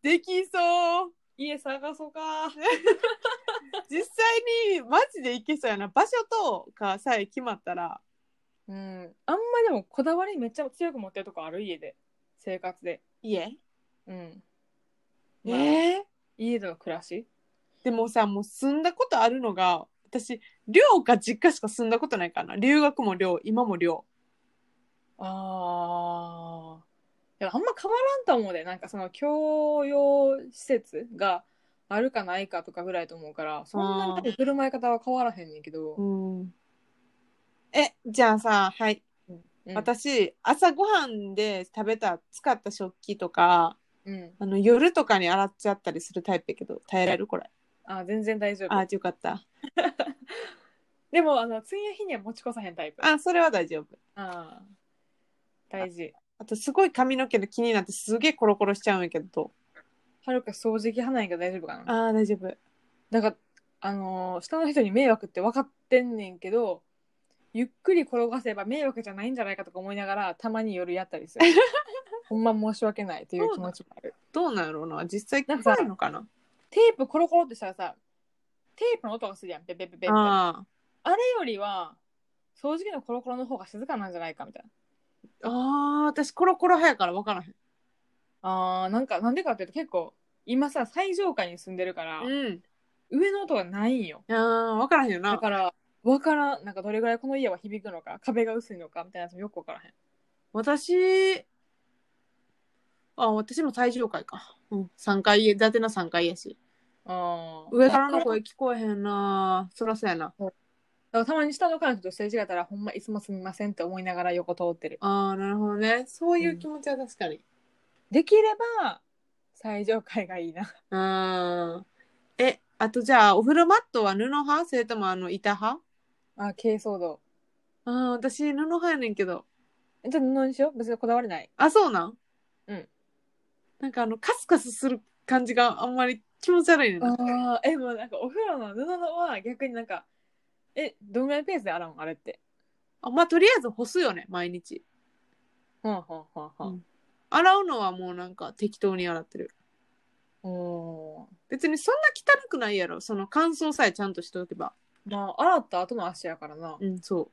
Speaker 1: できそう
Speaker 2: 家探そうか
Speaker 1: 実際にマジで行けそうやな場所とかさえ決まったら
Speaker 2: うんあんまでもこだわりめっちゃ強く持ってるとこある家で生活で
Speaker 1: 家
Speaker 2: うん
Speaker 1: え
Speaker 2: まあ
Speaker 1: え
Speaker 2: 家での暮らし
Speaker 1: でもさもう住んだことあるのが私寮か実家しか住んだことないからな留学も寮今も寮
Speaker 2: ああ。いやあんま変わらんと思うで、なんかその教養施設があるかないかとかぐらいと思うから、そんなに多分振る舞い方は変わらへんねんけど、
Speaker 1: んえじゃあさはい、
Speaker 2: うん、
Speaker 1: 私朝ごはんで食べた使った食器とか
Speaker 2: うん、
Speaker 1: あの夜とかに洗っちゃったりするタイプやけど耐えられるこれ
Speaker 2: あ全然大丈
Speaker 1: あ
Speaker 2: 夫。
Speaker 1: ーよかった
Speaker 2: でも、あの、次の日には持ち越さへんタイプ。
Speaker 1: あそれは大丈夫
Speaker 2: あー大事。
Speaker 1: あとすごい髪の毛の気になってすげえコロコロしちゃうんやけど。
Speaker 2: はるか掃除機派なんやけど大丈夫かな。
Speaker 1: ああ、大丈夫。
Speaker 2: だから、あのー下の人に迷惑って分かってんねんけど、ゆっくり転がせば迷惑じゃないんじゃないかとか思いながら、たまに夜やった りする。ほんま申し訳ないっていう気持ちもある。
Speaker 1: どうなんやろうな。実際
Speaker 2: なんか
Speaker 1: 怖いのかな。
Speaker 2: テープコロコロってしたらさ、テープの音がするやん、ペペペペペみたいなあ
Speaker 1: あ
Speaker 2: れよりは、掃除機のコロコロの方が静かなんじゃないかみたい
Speaker 1: あ、
Speaker 2: な。
Speaker 1: ああ、私コロコロ派やから分からへん。
Speaker 2: あー、なんか、なんでかっていうと結構、今さ、最上階に住んでるから、
Speaker 1: うん。
Speaker 2: 上の音がないんよ。
Speaker 1: ああ、分からへんよ
Speaker 2: だ
Speaker 1: な。
Speaker 2: から、わからん、なんかどれぐらいこの家は響くのか、壁が薄いのかみたいなやつもよくわからへん。
Speaker 1: 私、あ、私も最上階か。うん、3階、伊達の3階やし。
Speaker 2: あー
Speaker 1: 上からの
Speaker 2: だ
Speaker 1: 声聞こえへんなそらそうやな。
Speaker 2: からたまに下の彼女とすれ違ったら、ほんまいつもすみませんって思いながら横通ってる。
Speaker 1: ああ、なるほどね。そういう気持ちは確かに。
Speaker 2: できれば、最上階がいいな。
Speaker 1: うん。え、あとじゃあ、お風呂マットは布派それともあの、板派
Speaker 2: あ、軽装道。
Speaker 1: ああ、私、布派やねんけど。
Speaker 2: えじゃあ布にしよう。別にこだわりない。
Speaker 1: あ、そうなん
Speaker 2: うん。
Speaker 1: なんかあの、カスカスする感じがあんまり気持ち悪いねんな。
Speaker 2: ああ、え、もうなんかお風呂の布のは逆になんか、え、どんぐらいのペースで洗うんあれって。
Speaker 1: あまあ、とりあえず干すよね、毎日。
Speaker 2: はんはんはんはん。
Speaker 1: 洗うのはもうなんか適当に洗ってる。
Speaker 2: お
Speaker 1: 別にそんな汚くないやろ。その乾燥さえちゃんとしておけば。
Speaker 2: ーまあ、洗った後の足やからな。
Speaker 1: うん、そ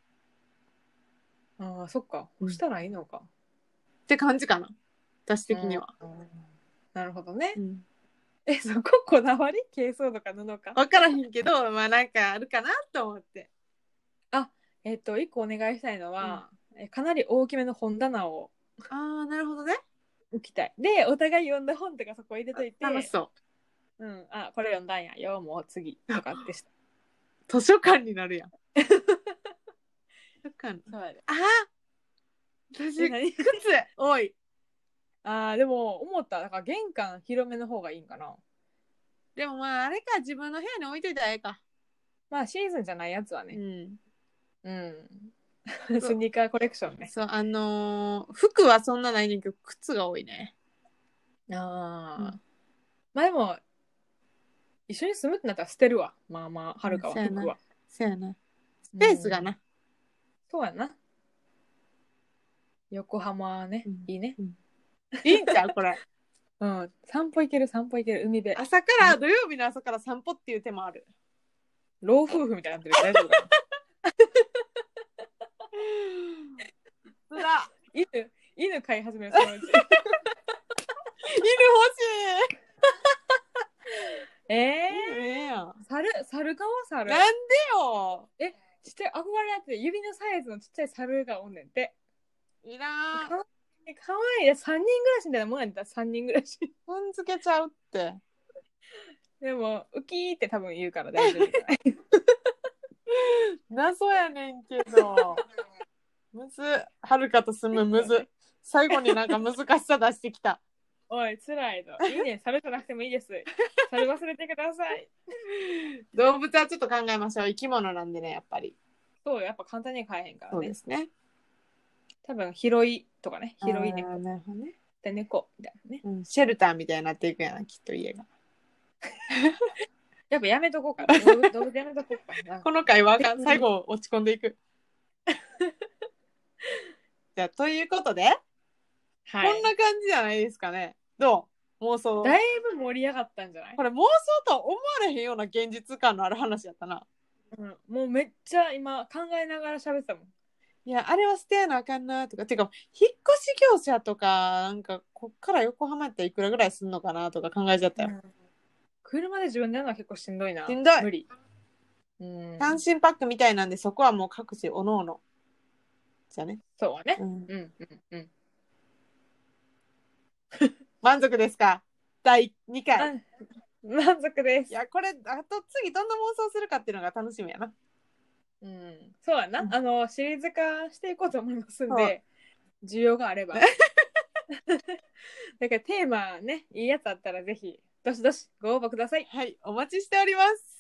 Speaker 1: う。
Speaker 2: ああ、そっか。干したらいいのか。
Speaker 1: って感じかな。私的には。
Speaker 2: うん。なるほどね
Speaker 1: う。ん。
Speaker 2: え、そここだわり軽装とか布か。
Speaker 1: わからへんけど、まあなんかあるかなと思って。
Speaker 2: えっと、一個お願いしたいのは、えかなり大きめの本棚を
Speaker 1: ああ、なるほどね。
Speaker 2: 置きたい。で、お互い読んだ本とかそこ入れといて、
Speaker 1: 楽しそう。
Speaker 2: うん、あ、これ読んだんやよ、もう次とかっ てした。
Speaker 1: 図書館になる やん。図書館。
Speaker 2: そうやで
Speaker 1: ああ私、
Speaker 2: え
Speaker 1: 靴
Speaker 2: 何
Speaker 1: 多い。
Speaker 2: ああ、でも思った。だから玄関広めの方がいいんかな。
Speaker 1: でもまあ、あれか、自分の部屋に置いといたらええか。
Speaker 2: まあシーズンじゃないやつは
Speaker 1: う
Speaker 2: ね。
Speaker 1: ん。
Speaker 2: うん。
Speaker 1: う
Speaker 2: スニーカーコレクションね。
Speaker 1: そう、あのー服はそんなないねんけど、靴が多いね。
Speaker 2: あ
Speaker 1: ー
Speaker 2: あ。まあでも、一緒に住むってなったら捨てるわ。まあまあ、はるかは
Speaker 1: そうやな
Speaker 2: 服は。
Speaker 1: そうやな。スペースがな。
Speaker 2: そうやな。横浜はね
Speaker 1: うん、
Speaker 2: いいね。
Speaker 1: いいんちゃうこ れ。
Speaker 2: うん。散歩行ける、散歩行ける、海辺。
Speaker 1: 朝から、土曜日の朝から散歩っていう手もある。
Speaker 2: 老夫婦みたいになってるけど大丈夫かな
Speaker 1: つら。
Speaker 2: 犬、犬飼い始めるそのうち。
Speaker 1: 犬
Speaker 2: ええ
Speaker 1: 欲しい。ええやん。
Speaker 2: ー、猿、猿かも猿。
Speaker 1: なんでよ。
Speaker 2: ちっちゃい憧れあって指のサイズのちっちゃい猿がおんねんて。
Speaker 1: いらん。
Speaker 2: かわいい、かわいい。3人暮らしみたいなもんやったら3人暮らし。
Speaker 1: 踏んづけちゃうって。
Speaker 2: でも、ウキーって多分言うから大丈夫じゃ ない
Speaker 1: 謎やねんけ ど。むず。はるかと住むむず。最後になんか難しさ出してきた。
Speaker 2: おい、つらいと。いいね、猿じゃなくてもいいです。猿忘れてください。
Speaker 1: 動物はちょっと考えましょう。生き物なんでね、やっぱり。
Speaker 2: そうよ、やっぱ簡単には飼えへんからね。
Speaker 1: すね。
Speaker 2: 多分、広いとかね、広い
Speaker 1: ね。
Speaker 2: 猫
Speaker 1: なるほどね。
Speaker 2: で猫みたいなね。
Speaker 1: うん、シェルターみたいになっていくやな、きっと家が。
Speaker 2: やっぱやめとこ うかな。動物動物やめとこうかな。
Speaker 1: この回はあかん最後落ち込んでいく。 じゃあ、ということで、
Speaker 2: は
Speaker 1: こ
Speaker 2: い
Speaker 1: ん。な感じじゃないですかね。どう妄想。
Speaker 2: だいぶ盛り上がったんじゃない
Speaker 1: これ妄想とは思われへんような現実感のある話やったな。
Speaker 2: うん、もうめっちゃ今考えながら喋ってたもん。
Speaker 1: いや、あれは捨てやなあかんなとか、てか、引っ越し業者とか、なんか、こっから横浜やったらいくらぐらいすんのかなとか考えちゃったよ。
Speaker 2: 車で自分でやるのは結構しんどいな。
Speaker 1: しんどい
Speaker 2: 無理。うん。
Speaker 1: 単身パックみたいなんで、そこはもう各自おのおの。じゃあね。
Speaker 2: そうね。
Speaker 1: うん、
Speaker 2: うんうんうん。
Speaker 1: 満足ですか第2回。
Speaker 2: あ満足で
Speaker 1: い
Speaker 2: す。
Speaker 1: や、これ、あと次どんな妄想するかっていうのが楽しみやな。
Speaker 2: うん。そうやな。
Speaker 1: うん
Speaker 2: あの、シリーズ化していこうと思いますん
Speaker 1: そ
Speaker 2: で、需要があ れば。だからテーマね、いいやつあったらぜひ、どしどしご応募ください。
Speaker 1: はい、お待ちしております。